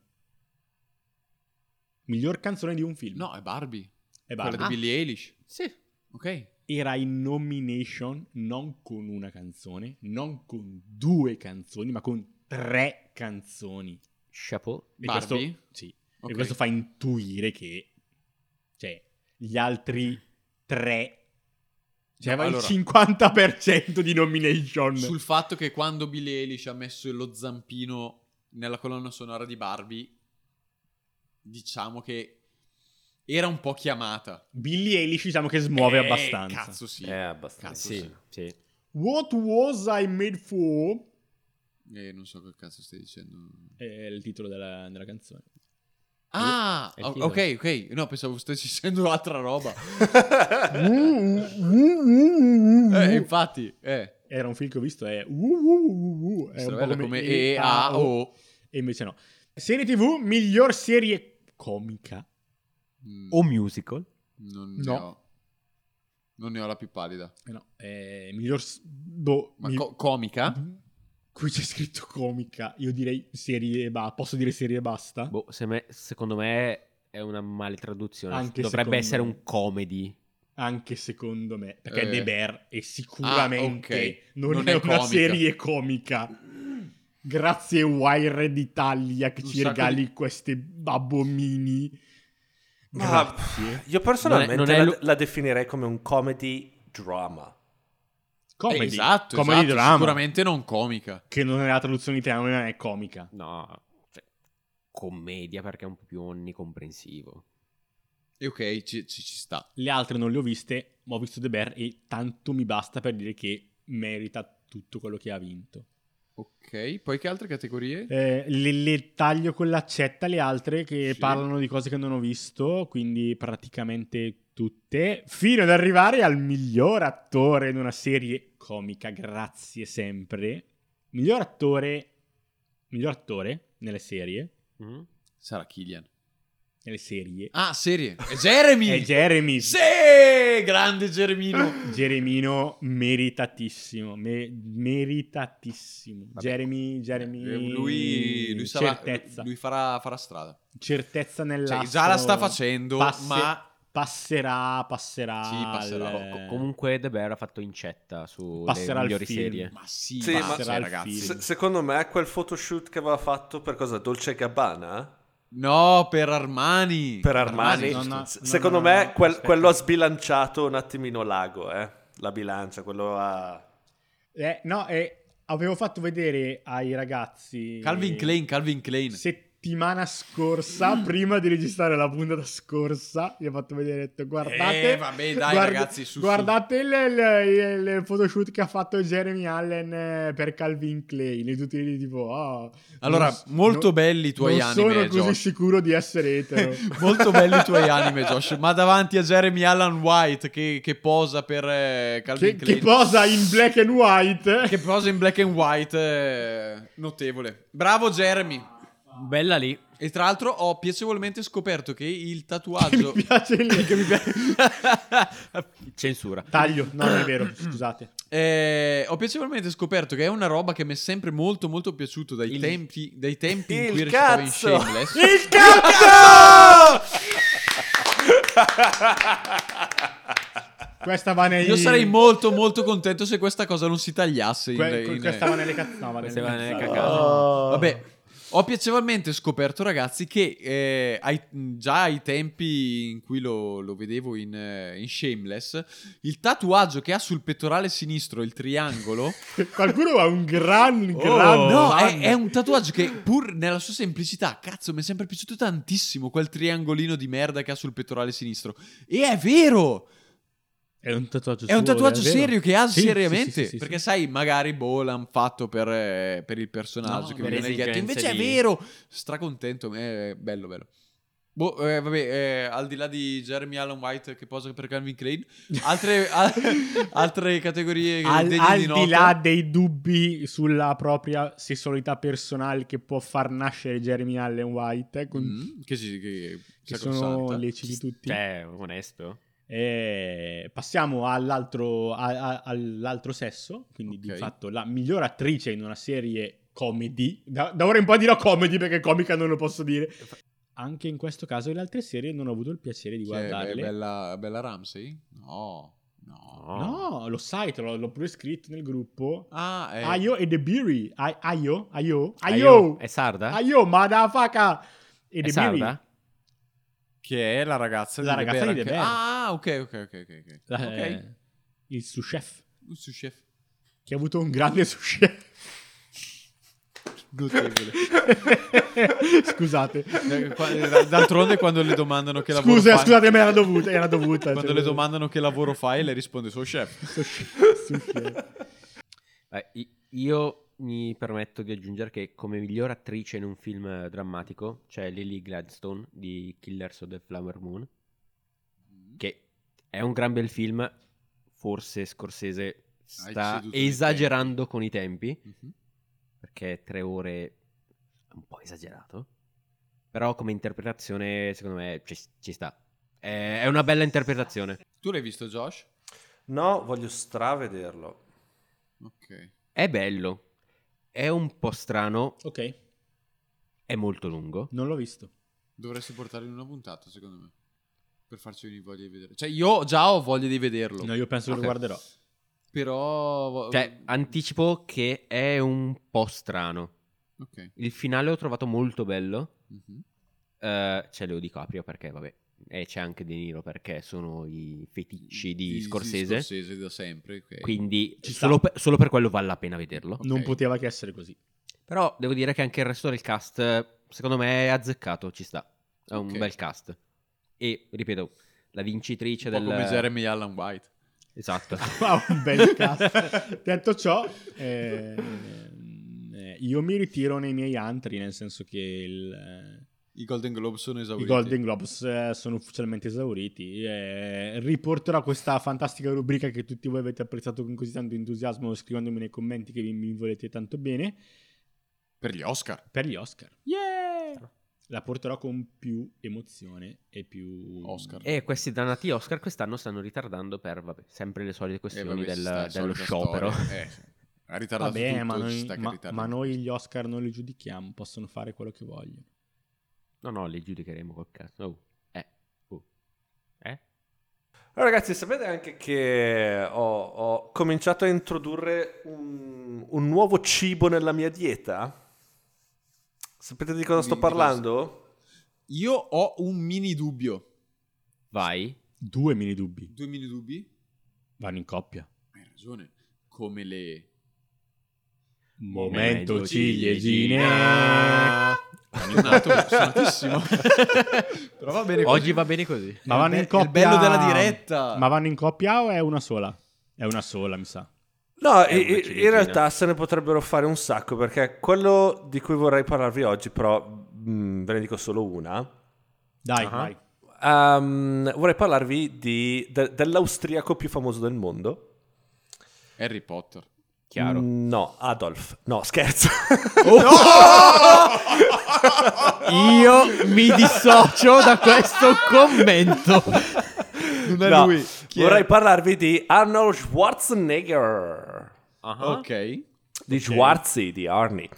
Speaker 5: Miglior canzone di un film.
Speaker 6: No, è Barbie.
Speaker 5: E
Speaker 6: Quella
Speaker 5: basta. Ah,
Speaker 6: di Billie Eilish.
Speaker 4: Ah, Sì.
Speaker 6: Ok.
Speaker 5: Era in nomination non con una canzone, non con due canzoni, ma con tre canzoni.
Speaker 4: Chapeau.
Speaker 5: E
Speaker 6: Barbie?
Speaker 5: questo- sì.
Speaker 6: Ok.
Speaker 5: E questo fa intuire che cioè, gli altri tre cioè
Speaker 6: No,
Speaker 5: aveva
Speaker 6: allora-
Speaker 5: il 50% di nomination.
Speaker 6: Sul fatto che quando Billie Eilish ha messo lo zampino nella colonna sonora di Barbie, diciamo che era un po' chiamata.
Speaker 5: Billie Eilish diciamo che smuove
Speaker 6: Eh,
Speaker 5: abbastanza.
Speaker 6: Cazzo sì.
Speaker 4: È abbastanza.
Speaker 6: Cazzo,
Speaker 4: Sì,
Speaker 6: sì.
Speaker 4: sì.
Speaker 5: What was I made for?
Speaker 6: Eh, non so che cazzo stai dicendo.
Speaker 5: È il titolo della, della canzone.
Speaker 6: Ah,
Speaker 4: È il
Speaker 6: o-
Speaker 4: titolo.
Speaker 6: ok, ok. No, pensavo stessi dicendo altra
Speaker 4: [laughs]
Speaker 6: roba. Eh, infatti, eh.
Speaker 5: Era un film che ho visto, è... uh, uh, uh, uh, è
Speaker 6: Questa
Speaker 5: un po'
Speaker 6: bella come E-A-O.
Speaker 5: E invece no. Serie TV, miglior serie comica.
Speaker 6: Mm,
Speaker 4: O musical.
Speaker 6: Non ne
Speaker 5: No.
Speaker 6: ho. Non ne ho la più pallida.
Speaker 5: Eh no, è miglior... s- boh,
Speaker 6: Ma
Speaker 5: mi-
Speaker 6: co- comica?
Speaker 5: Qui c'è scritto comica. Io direi serie e ba- Posso dire serie e basta?
Speaker 4: Boh, se me- secondo me è una male traduzione.
Speaker 5: Anche
Speaker 4: Dovrebbe
Speaker 5: secondo
Speaker 4: essere
Speaker 5: me.
Speaker 4: un comedy.
Speaker 5: Anche secondo me. Perché
Speaker 6: Eh.
Speaker 5: The Bear è sicuramente
Speaker 6: Ah, ok.
Speaker 5: non,
Speaker 6: Non
Speaker 5: è,
Speaker 6: è
Speaker 5: una
Speaker 6: comica.
Speaker 5: serie comica. Grazie Wire d'Italia che
Speaker 6: Un
Speaker 5: ci
Speaker 6: sacco
Speaker 5: regali
Speaker 6: di-
Speaker 5: queste babomini.
Speaker 2: Ma-
Speaker 5: Grazie.
Speaker 2: Io personalmente
Speaker 4: Non è- non
Speaker 2: la,
Speaker 4: è lo-
Speaker 2: la definirei come un comedy drama.
Speaker 5: Comedy.
Speaker 6: Eh, esatto,
Speaker 5: Comedy
Speaker 6: esatto,
Speaker 5: drama.
Speaker 6: Sicuramente non comica.
Speaker 5: Che non è la traduzione italiana, non è comica.
Speaker 4: No, cioè, commedia perché è un po' più onnicomprensivo.
Speaker 6: E ok, ci, ci- ci sta.
Speaker 5: Le altre non le ho viste, ma ho visto The Bear e tanto mi basta per dire che merita tutto quello che ha vinto.
Speaker 6: Ok, poi che altre categorie?
Speaker 5: Eh, le, le taglio con l'accetta le altre che
Speaker 6: Sì.
Speaker 5: parlano di cose che non ho visto, quindi praticamente tutte, fino ad arrivare al miglior attore in una serie comica, grazie sempre. Miglior attore, miglior attore nelle serie,
Speaker 4: Mm?
Speaker 6: Sarà Killian.
Speaker 5: nelle serie.
Speaker 6: Ah, serie. È Jeremy!
Speaker 5: [laughs] È Jeremy.
Speaker 6: Sì! Grande Geremino!
Speaker 5: Jeremino meritatissimo, me- meritatissimo. Jeremy, Jeremy.
Speaker 6: Eh, lui, lui, sarà-
Speaker 5: certezza.
Speaker 6: lui farà, farà strada.
Speaker 5: certezza nella
Speaker 6: Cioè, già la sta facendo, ma...
Speaker 5: passerà passerà
Speaker 6: Sì, passerà.
Speaker 5: al-
Speaker 4: Co- comunque The Bear ha fatto incetta sulle
Speaker 5: Eh. Passerà al
Speaker 4: migliori
Speaker 5: film.
Speaker 4: serie.
Speaker 6: Ma sì,
Speaker 2: Sì,
Speaker 6: ma
Speaker 2: ma-
Speaker 6: cioè,
Speaker 5: Sarà il
Speaker 6: ragazzi.
Speaker 5: film.
Speaker 2: Se- secondo me quel photoshoot che aveva fatto per cosa? Dolce e Gabbana?
Speaker 6: No, per Armani.
Speaker 2: Per Armani?
Speaker 5: no,
Speaker 6: giusto.
Speaker 5: no.
Speaker 2: S- secondo
Speaker 5: no, no,
Speaker 2: me
Speaker 5: no,
Speaker 2: quel-
Speaker 5: aspetta.
Speaker 2: quello ha sbilanciato un attimino l'ago, eh? La bilancia, quello [laughs] ha...
Speaker 5: Eh, no eh, avevo fatto vedere ai ragazzi
Speaker 6: Calvin Klein, Mm. Calvin Klein.
Speaker 5: settimana scorsa prima di registrare la puntata scorsa gli ho fatto vedere ho detto guardate
Speaker 6: Eh, vabbè, dai,
Speaker 5: guard-
Speaker 6: ragazzi, su, su.
Speaker 5: guardate Il, il- il photoshoot che ha fatto Jeremy Allen eh, per Calvin Klein e tutti lì tipo ah,
Speaker 6: Allora,
Speaker 5: non s-
Speaker 6: molto
Speaker 5: non-
Speaker 6: belli i tuoi
Speaker 5: non
Speaker 6: anime,
Speaker 5: sono così
Speaker 6: Josh.
Speaker 5: sicuro di
Speaker 6: [laughs]
Speaker 5: essere etero
Speaker 6: Molto belli i
Speaker 5: [laughs]
Speaker 6: tuoi anime, Josh. Ma davanti a Jeremy Allan White che, che posa per eh,
Speaker 5: che,
Speaker 6: Calvin
Speaker 5: che
Speaker 6: Klein.
Speaker 5: posa in black and
Speaker 6: [laughs]
Speaker 5: white eh?
Speaker 6: Che posa in black and white eh, notevole. Bravo Jeremy.
Speaker 5: Ah.
Speaker 4: Bella lì.
Speaker 6: E tra l'altro ho piacevolmente scoperto che il
Speaker 5: [laughs] che mi
Speaker 6: tatuaggio...
Speaker 5: piace lì che mi piace
Speaker 4: Censura.
Speaker 5: [laughs] taglio no non è vero
Speaker 6: [coughs]
Speaker 5: scusate
Speaker 6: eh, ho piacevolmente scoperto che è una roba che mi è sempre molto molto piaciuto dai
Speaker 4: Il-
Speaker 6: tempi, dai tempi in
Speaker 2: Il
Speaker 6: cui recitavo in
Speaker 2: cazzo!
Speaker 6: Shameless.
Speaker 5: il cazzo Questa va nei...
Speaker 6: Io sarei molto molto contento se questa cosa non si tagliasse. in-
Speaker 5: que-
Speaker 6: in-
Speaker 5: Questa va nelle cazzate. No, va
Speaker 4: Questa
Speaker 5: nelle
Speaker 4: va nelle
Speaker 5: cazzate.
Speaker 4: cacate.
Speaker 2: Oh.
Speaker 6: Vabbè, ho piacevolmente scoperto, ragazzi, che eh, ai- mh, già ai tempi in cui lo, lo vedevo in, eh, in Shameless, il tatuaggio che ha sul pettorale sinistro, il triangolo,
Speaker 5: Qualcuno ha un gran, gran...
Speaker 6: Oh. no, è,
Speaker 5: fan.
Speaker 6: è un tatuaggio che pur nella sua semplicità, cazzo, mi è sempre piaciuto tantissimo quel triangolino di merda che ha sul pettorale sinistro. E è vero!
Speaker 5: È un tatuaggio,
Speaker 6: È un
Speaker 5: suo,
Speaker 6: tatuaggio
Speaker 5: vero?
Speaker 6: serio che ha
Speaker 5: Sì, sì,
Speaker 6: seriamente.
Speaker 5: sì, sì, sì,
Speaker 6: perché
Speaker 5: sì.
Speaker 6: sai, magari boh, l'hanno fatto per, eh, per il personaggio
Speaker 4: No,
Speaker 6: che
Speaker 4: per
Speaker 6: viene nel ghetto.
Speaker 4: esigenze
Speaker 6: Invece è
Speaker 4: di-
Speaker 6: vero, stracontento. È bello, bello. Boh, eh, vabbè, eh, al di là di Jeremy Allen White che posa per Calvin Klein,
Speaker 5: [laughs]
Speaker 6: altre, [laughs] al- altre categorie che
Speaker 5: Al,
Speaker 6: degne
Speaker 5: al
Speaker 6: di
Speaker 5: di
Speaker 6: nota.
Speaker 5: là dei dubbi sulla propria sessualità personale che può far nascere Jeremy Allen White, eh, con-
Speaker 6: Mm, che, si, che,
Speaker 5: che
Speaker 6: sacrosanta.
Speaker 5: sono leciti tutti.
Speaker 4: Cioè, onesto.
Speaker 5: Eh, passiamo all'altro, a- a- all'altro sesso, quindi
Speaker 6: Ok.
Speaker 5: di fatto la miglior attrice in una serie comedy. Da, da ora in poi dirò comedy perché comica non lo posso
Speaker 6: Eh,
Speaker 5: dire. Anche in questo caso le altre serie non ho avuto il piacere di
Speaker 6: Chi è? Be-
Speaker 5: guardarle.
Speaker 6: bella, bella Ramsey? No, no.
Speaker 5: No, lo sai, te l'ho, l'ho pure scritto nel gruppo.
Speaker 6: Ah, eh,
Speaker 5: Ayo e The Beery. Ai- Ayo? Ayo? Ayo?
Speaker 4: Aio. È sarda?
Speaker 5: Ayo, motherfucker! E
Speaker 4: È
Speaker 5: The Beery.
Speaker 4: sarda?
Speaker 6: che è la ragazza
Speaker 5: La
Speaker 6: di De
Speaker 5: ragazza di
Speaker 6: Beer,
Speaker 5: De
Speaker 6: che-
Speaker 5: Beer.
Speaker 6: Ah, ok, ok, ok, ok, ok.
Speaker 5: La-
Speaker 6: Ok.
Speaker 5: eh, il sous chef.
Speaker 6: Un sous chef.
Speaker 5: Che ha avuto un grande sous chef. [laughs]
Speaker 6: Notevole.
Speaker 5: Scusate.
Speaker 6: Eh, D'altronde quando le domandano che lavoro
Speaker 5: Scusa,
Speaker 6: fai-
Speaker 5: scusate, ma era dovuta. Era dovuta. [laughs]
Speaker 6: Quando
Speaker 5: cioè,
Speaker 6: le domandano che lavoro fai, lei risponde sono chef.
Speaker 5: sous chef, sous chef.
Speaker 4: Eh, i- Io mi permetto di aggiungere che come miglior attrice in un film eh, drammatico c'è Lily Gladstone di Killers of the Flower Moon, che è un gran bel film, forse Scorsese sta
Speaker 6: ceduto nei
Speaker 4: esagerando con i tempi,
Speaker 6: Mhm.
Speaker 4: perché tre ore è un po' esagerato, però come interpretazione secondo me ci, ci sta. È, è una bella interpretazione.
Speaker 6: Tu l'hai visto Josh?
Speaker 2: No, voglio stravederlo.
Speaker 6: Ok.
Speaker 4: È bello, è un po' strano,
Speaker 5: Ok,
Speaker 4: è molto lungo.
Speaker 5: non l'ho visto.
Speaker 6: Dovresti portarlo in una puntata, secondo me. Per farci venire voglia di vedere. Cioè, io già ho voglia di vederlo.
Speaker 5: No, io penso
Speaker 6: Ok.
Speaker 5: che lo guarderò.
Speaker 6: Però... vo-
Speaker 4: Cioè, anticipo che è un po' strano.
Speaker 6: Ok.
Speaker 4: Il finale l'ho trovato molto bello.
Speaker 6: Mhm.
Speaker 4: Eh, c'è Leo DiCaprio perché, vabbè, e c'è anche De Niro perché sono i feticci di, Scorsese.
Speaker 6: Scorsese da sempre. ok.
Speaker 4: Quindi
Speaker 5: Ci
Speaker 4: solo
Speaker 5: sta.
Speaker 4: per, solo per quello vale la pena vederlo.
Speaker 6: Ok.
Speaker 5: Non poteva che essere così.
Speaker 4: Però devo dire che anche il resto del cast, eh, secondo me, è azzeccato. Ci sta. È un
Speaker 6: Ok.
Speaker 4: bel cast. E ripeto, la vincitrice
Speaker 6: Un po'
Speaker 4: del.
Speaker 6: come Jeremy Allen White.
Speaker 5: [laughs]
Speaker 4: Esatto.
Speaker 5: [laughs] Wow, Ah, un bel
Speaker 4: [laughs]
Speaker 5: cast. Detto ciò, eh, eh, io mi ritiro nei miei antri, nel senso che il, eh,
Speaker 6: I Golden Globe sono
Speaker 5: i
Speaker 6: esauriti.
Speaker 5: Golden Globes eh, sono ufficialmente esauriti. Eh, riporterò questa fantastica rubrica che tutti voi avete apprezzato con così tanto entusiasmo, scrivendomi nei commenti che vi- mi volete tanto bene,
Speaker 6: Per gli Oscar.
Speaker 5: per gli Oscar. La porterò con più emozione e più...
Speaker 6: Oscar.
Speaker 4: e
Speaker 5: Eh,
Speaker 4: questi dannati Oscar quest'anno stanno ritardando per, vabbè, sempre le solite
Speaker 6: Eh,
Speaker 4: questioni
Speaker 6: vabbè,
Speaker 4: del-
Speaker 6: sta- è
Speaker 4: dello
Speaker 6: solita
Speaker 4: sciopero.
Speaker 6: storia.
Speaker 4: [laughs]
Speaker 6: Eh, ha ritardato
Speaker 5: Vabbè,
Speaker 6: tutto,
Speaker 5: ma,
Speaker 6: ci
Speaker 5: noi,
Speaker 6: sta che
Speaker 5: ma-
Speaker 6: ritarda.
Speaker 5: ma noi gli Oscar non li giudichiamo, possono fare quello che vogliono.
Speaker 4: No, no, le giudicheremo col cazzo. Oh. Eh. Oh. Eh?
Speaker 2: Allora, ragazzi, sapete anche che ho, ho cominciato a introdurre un, un nuovo cibo nella mia dieta? Sapete di cosa sto
Speaker 6: Di- di cosa?
Speaker 2: parlando?
Speaker 6: Io ho un mini dubbio.
Speaker 4: Vai.
Speaker 5: Due mini dubbi.
Speaker 6: Due mini dubbi?
Speaker 5: Vanno in coppia.
Speaker 6: Hai ragione. Come le...
Speaker 5: Momento
Speaker 4: Momento
Speaker 6: Ah!
Speaker 5: ciliegine.
Speaker 4: [laughs]
Speaker 6: Sonato, sonatissimo. Però va bene così.
Speaker 4: Oggi va bene così.
Speaker 5: Ma vanno
Speaker 6: È
Speaker 5: in
Speaker 6: il be-
Speaker 5: coppia.
Speaker 6: è il bello della diretta.
Speaker 5: Ma vanno in coppia o è una sola? È una sola, mi sa.
Speaker 2: No,
Speaker 4: È
Speaker 2: i-
Speaker 4: una
Speaker 2: i- in
Speaker 4: ciliegina.
Speaker 2: realtà se ne potrebbero fare un sacco perché quello di cui vorrei parlarvi oggi, però mm, ve ne dico solo una.
Speaker 5: Dai,
Speaker 4: Ah.
Speaker 5: vai.
Speaker 2: Ehm, vorrei parlarvi di- de- dell'austriaco più famoso del mondo.
Speaker 6: Harry Potter.
Speaker 4: Chiaro.
Speaker 2: Mm, No, Adolf. No, scherzo.
Speaker 6: Oh,
Speaker 4: Oh! Io mi [laughs] dissocio da questo commento.
Speaker 6: Non
Speaker 2: [laughs]
Speaker 6: è
Speaker 2: No,
Speaker 6: lui.
Speaker 2: vorrei parlarvi di Arnold Schwarzenegger.
Speaker 6: Ok.
Speaker 2: Di Schwarzi, di Arnie.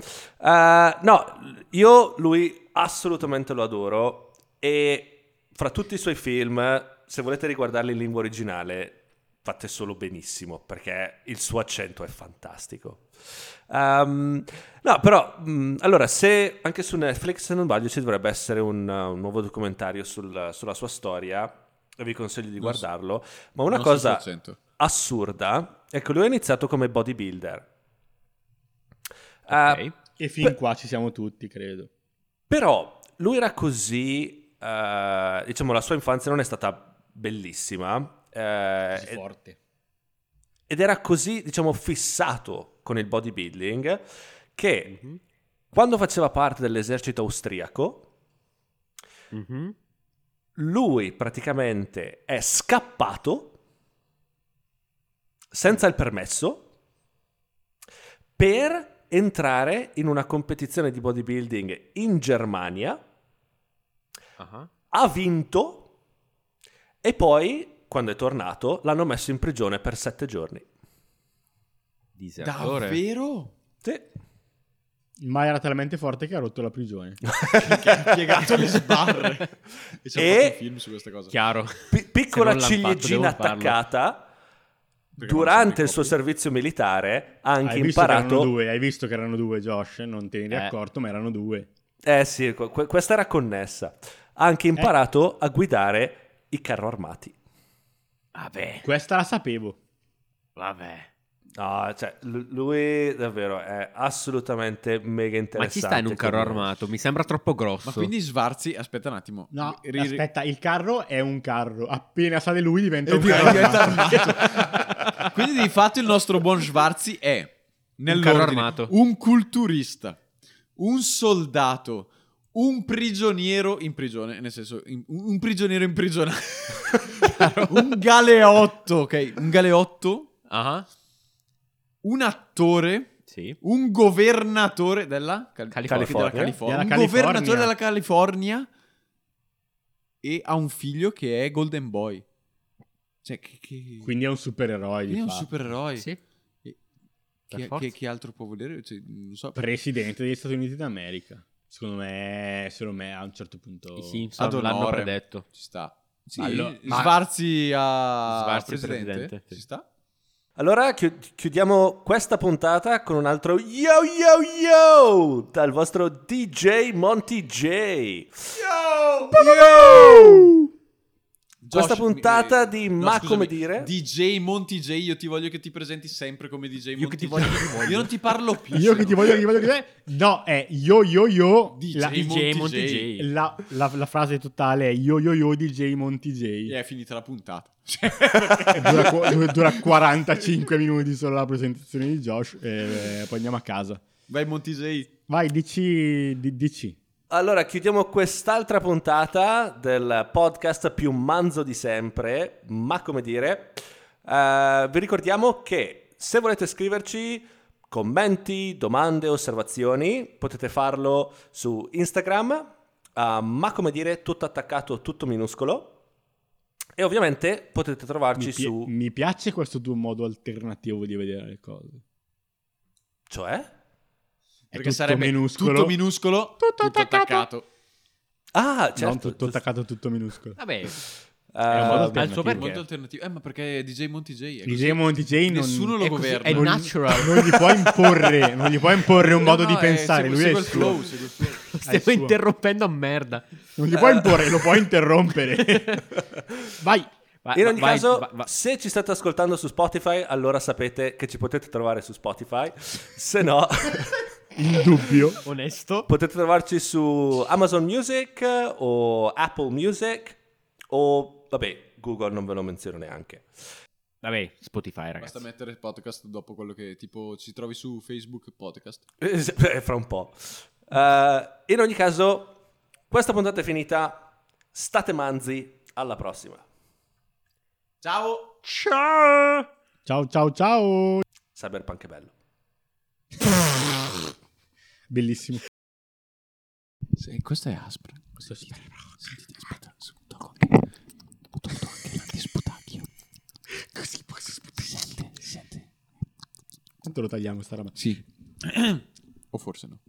Speaker 2: Eh, no, io lui assolutamente lo adoro e fra tutti i suoi film, se volete riguardarli in lingua originale, fatte solo benissimo perché il suo accento è fantastico. Ehm, no, però, mh, allora, se anche su Netflix, se non sbaglio, ci dovrebbe essere un, uh, un nuovo documentario sul- sulla sua storia, e vi consiglio di
Speaker 6: Non so-
Speaker 2: guardarlo, ma una
Speaker 6: Non so
Speaker 2: cosa
Speaker 6: se accento.
Speaker 2: assurda è che lui ha iniziato come bodybuilder. Eh,
Speaker 4: Ok.
Speaker 5: E fin qua ci siamo tutti, credo.
Speaker 2: però lui era così, eh, diciamo, la sua infanzia non è stata bellissima. eh,
Speaker 5: Così
Speaker 2: e-
Speaker 5: forte.
Speaker 2: ed era così, diciamo, fissato con il bodybuilding che quando faceva parte dell'esercito austriaco,
Speaker 4: Mhm.
Speaker 2: lui praticamente è scappato senza il permesso per entrare in una competizione di bodybuilding in Germania,
Speaker 4: Ah.
Speaker 2: ha vinto e poi, quando è tornato, l'hanno messo in prigione per sette giorni.
Speaker 4: Disertore.
Speaker 6: Davvero?
Speaker 2: Sì.
Speaker 5: Ma era talmente forte che ha rotto la prigione.
Speaker 6: che ha
Speaker 4: Diciamo
Speaker 6: piegato le sbarre. E c'è
Speaker 2: E-
Speaker 6: fatto un film su questa cosa.
Speaker 4: Chiaro.
Speaker 2: Pi- piccola
Speaker 4: non l'han fatto,
Speaker 2: ciliegina
Speaker 4: devo farlo.
Speaker 2: attaccata.
Speaker 6: Perché non
Speaker 2: durante
Speaker 6: sono
Speaker 2: il suo servizio militare ha anche
Speaker 5: Hai visto, che erano
Speaker 2: imparato.
Speaker 5: due, hai visto che erano due, Josh? Non te ne eri
Speaker 4: Eh.
Speaker 5: accorto, ma erano due.
Speaker 2: Eh sì, que- que- questa era connessa. Ha anche imparato a guidare i carro armati.
Speaker 4: Vabbè,
Speaker 5: Questa la sapevo.
Speaker 4: vabbè.
Speaker 2: No, cioè, l- lui davvero è assolutamente mega
Speaker 4: Ma
Speaker 2: interessante.
Speaker 4: ci sta in un carro
Speaker 2: come-
Speaker 4: armato? Mi sembra troppo grosso.
Speaker 6: Ma quindi Svarzi, aspetta un attimo.
Speaker 5: No,
Speaker 6: Ri- ri-
Speaker 5: aspetta, il carro è un carro. Appena sale lui diventa
Speaker 6: E
Speaker 5: un
Speaker 6: direi
Speaker 5: carro.
Speaker 6: diventa
Speaker 5: [laughs] armato.
Speaker 6: Quindi di fatto il nostro buon Schwarzi è nell'ordine,
Speaker 4: carro armato.
Speaker 6: un culturista, un soldato, un prigioniero in prigione, nel senso in- un prigioniero imprigionato, un galeotto, ok, un galeotto,
Speaker 4: Ah,
Speaker 6: un attore,
Speaker 4: sì.
Speaker 6: un governatore della Cal-
Speaker 4: California.
Speaker 6: della California,
Speaker 5: Della
Speaker 6: un
Speaker 5: California.
Speaker 6: governatore della California e ha un figlio che è Golden Boy. Cioè, che, che-
Speaker 5: Quindi è un supereroe.
Speaker 6: è
Speaker 5: di
Speaker 6: un
Speaker 5: fatto.
Speaker 6: supereroe.
Speaker 4: Sì.
Speaker 6: E-
Speaker 4: Per
Speaker 6: Chi,
Speaker 4: forza.
Speaker 6: chi- chi altro può volere? Cioè, non so.
Speaker 5: Presidente degli Stati Uniti d'America. Secondo me, secondo me a un certo punto...
Speaker 4: I Simpson
Speaker 6: Ad onore.
Speaker 4: l'hanno predetto.
Speaker 6: Ci sta. Sì,
Speaker 5: Allora-
Speaker 6: ma- Svarzi a
Speaker 4: Svarzi
Speaker 6: presidente.
Speaker 4: presidente, sì.
Speaker 6: Ci sta?
Speaker 2: Allora chi- chiudiamo questa puntata con un altro yo yo yo dal vostro DJ Monty J. Questa
Speaker 6: Josh, mi-
Speaker 2: puntata di Ma
Speaker 6: scusami,
Speaker 2: come dire?
Speaker 6: DJ Monti J, io ti voglio che ti presenti sempre come DJ Monti
Speaker 4: Io che ti
Speaker 6: J.
Speaker 4: voglio, che ti voglio.
Speaker 6: Io non ti parlo più.
Speaker 5: Io
Speaker 6: se
Speaker 5: che ti
Speaker 6: no.
Speaker 5: voglio, che ti voglio che te- No, è yo yo yo.
Speaker 6: DJ,
Speaker 5: La,
Speaker 6: Monti,
Speaker 4: DJ Monti
Speaker 6: J.
Speaker 4: J.
Speaker 5: la- la- la frase totale è yo yo yo DJ Monti J.
Speaker 6: E è finita la puntata.
Speaker 5: Dura, qu- dura- dura 45 minuti solo la presentazione di Josh e eh, poi andiamo a casa.
Speaker 6: Vai Monti J.
Speaker 5: Vai, dici, di- dici.
Speaker 2: Allora, chiudiamo quest'altra puntata del podcast più manzo di sempre, ma come dire, eh, vi ricordiamo che se volete scriverci commenti, domande, osservazioni, potete farlo su Instagram, eh, ma come dire, tutto attaccato, tutto minuscolo, e ovviamente potete trovarci
Speaker 5: Mi, pi-
Speaker 2: su...
Speaker 5: mi piace questo tuo modo alternativo di vedere le cose.
Speaker 2: cioè?
Speaker 5: È
Speaker 6: Perché
Speaker 5: tutto
Speaker 6: sarebbe
Speaker 5: minuscolo.
Speaker 6: tutto minuscolo, tutto, attaccato.
Speaker 2: Ah, certo.
Speaker 5: non tutto
Speaker 2: giusto.
Speaker 5: attaccato, tutto minuscolo.
Speaker 4: Vabbè,
Speaker 5: è un modo
Speaker 2: Eh,
Speaker 5: alternativo.
Speaker 4: al suo
Speaker 5: Perché?
Speaker 6: Molto alternativo. Eh, ma perché DJ Monti J? è
Speaker 5: DJ Monti J non,
Speaker 6: Nessuno lo
Speaker 4: è, così,
Speaker 6: governa.
Speaker 4: è
Speaker 5: Non-
Speaker 4: natural.
Speaker 5: non gli puoi imporre, non gli puoi imporre un
Speaker 6: No,
Speaker 5: modo
Speaker 6: no,
Speaker 5: di
Speaker 6: eh,
Speaker 5: pensare.
Speaker 6: segue-
Speaker 5: Lui è
Speaker 6: segue
Speaker 5: il
Speaker 6: il
Speaker 5: suo.
Speaker 6: flow, segue il flow.
Speaker 5: è il suo.
Speaker 4: Stiamo interrompendo a merda.
Speaker 5: Non gli puoi imporre, lo puoi
Speaker 4: [laughs]
Speaker 5: interrompere.
Speaker 2: [laughs]
Speaker 5: [laughs] Vai.
Speaker 4: Vai,
Speaker 2: In ogni
Speaker 4: Ah, vai,
Speaker 2: caso,
Speaker 4: vai, vai.
Speaker 2: se ci state ascoltando su Spotify, allora sapete che ci potete trovare su Spotify. Se no,
Speaker 5: In dubbio.
Speaker 4: onesto.
Speaker 2: potete trovarci su Amazon Music o Apple Music o, vabbè, Google non ve lo menziono neanche. [laughs]
Speaker 4: Vabbè, Spotify,
Speaker 6: Basta
Speaker 4: ragazzi.
Speaker 6: mettere il podcast dopo quello che tipo ci trovi su Facebook podcast.
Speaker 2: Eh, Fra un po'. Eh, in ogni caso, questa puntata è finita. State manzi, alla prossima.
Speaker 6: Ciao!
Speaker 4: Ciao!
Speaker 5: Ciao, ciao, ciao.
Speaker 2: Cyberpunk è bello.
Speaker 5: Bellissimo.
Speaker 6: Sì, questa è aspra. Questa è aspra. Sentite, aspetta, tocco tocco anche la sputacchio. Così posso sputare. Sente, sente.
Speaker 5: Tanto lo tagliamo sta roba.
Speaker 6: Sì. [clears throat] o forse no.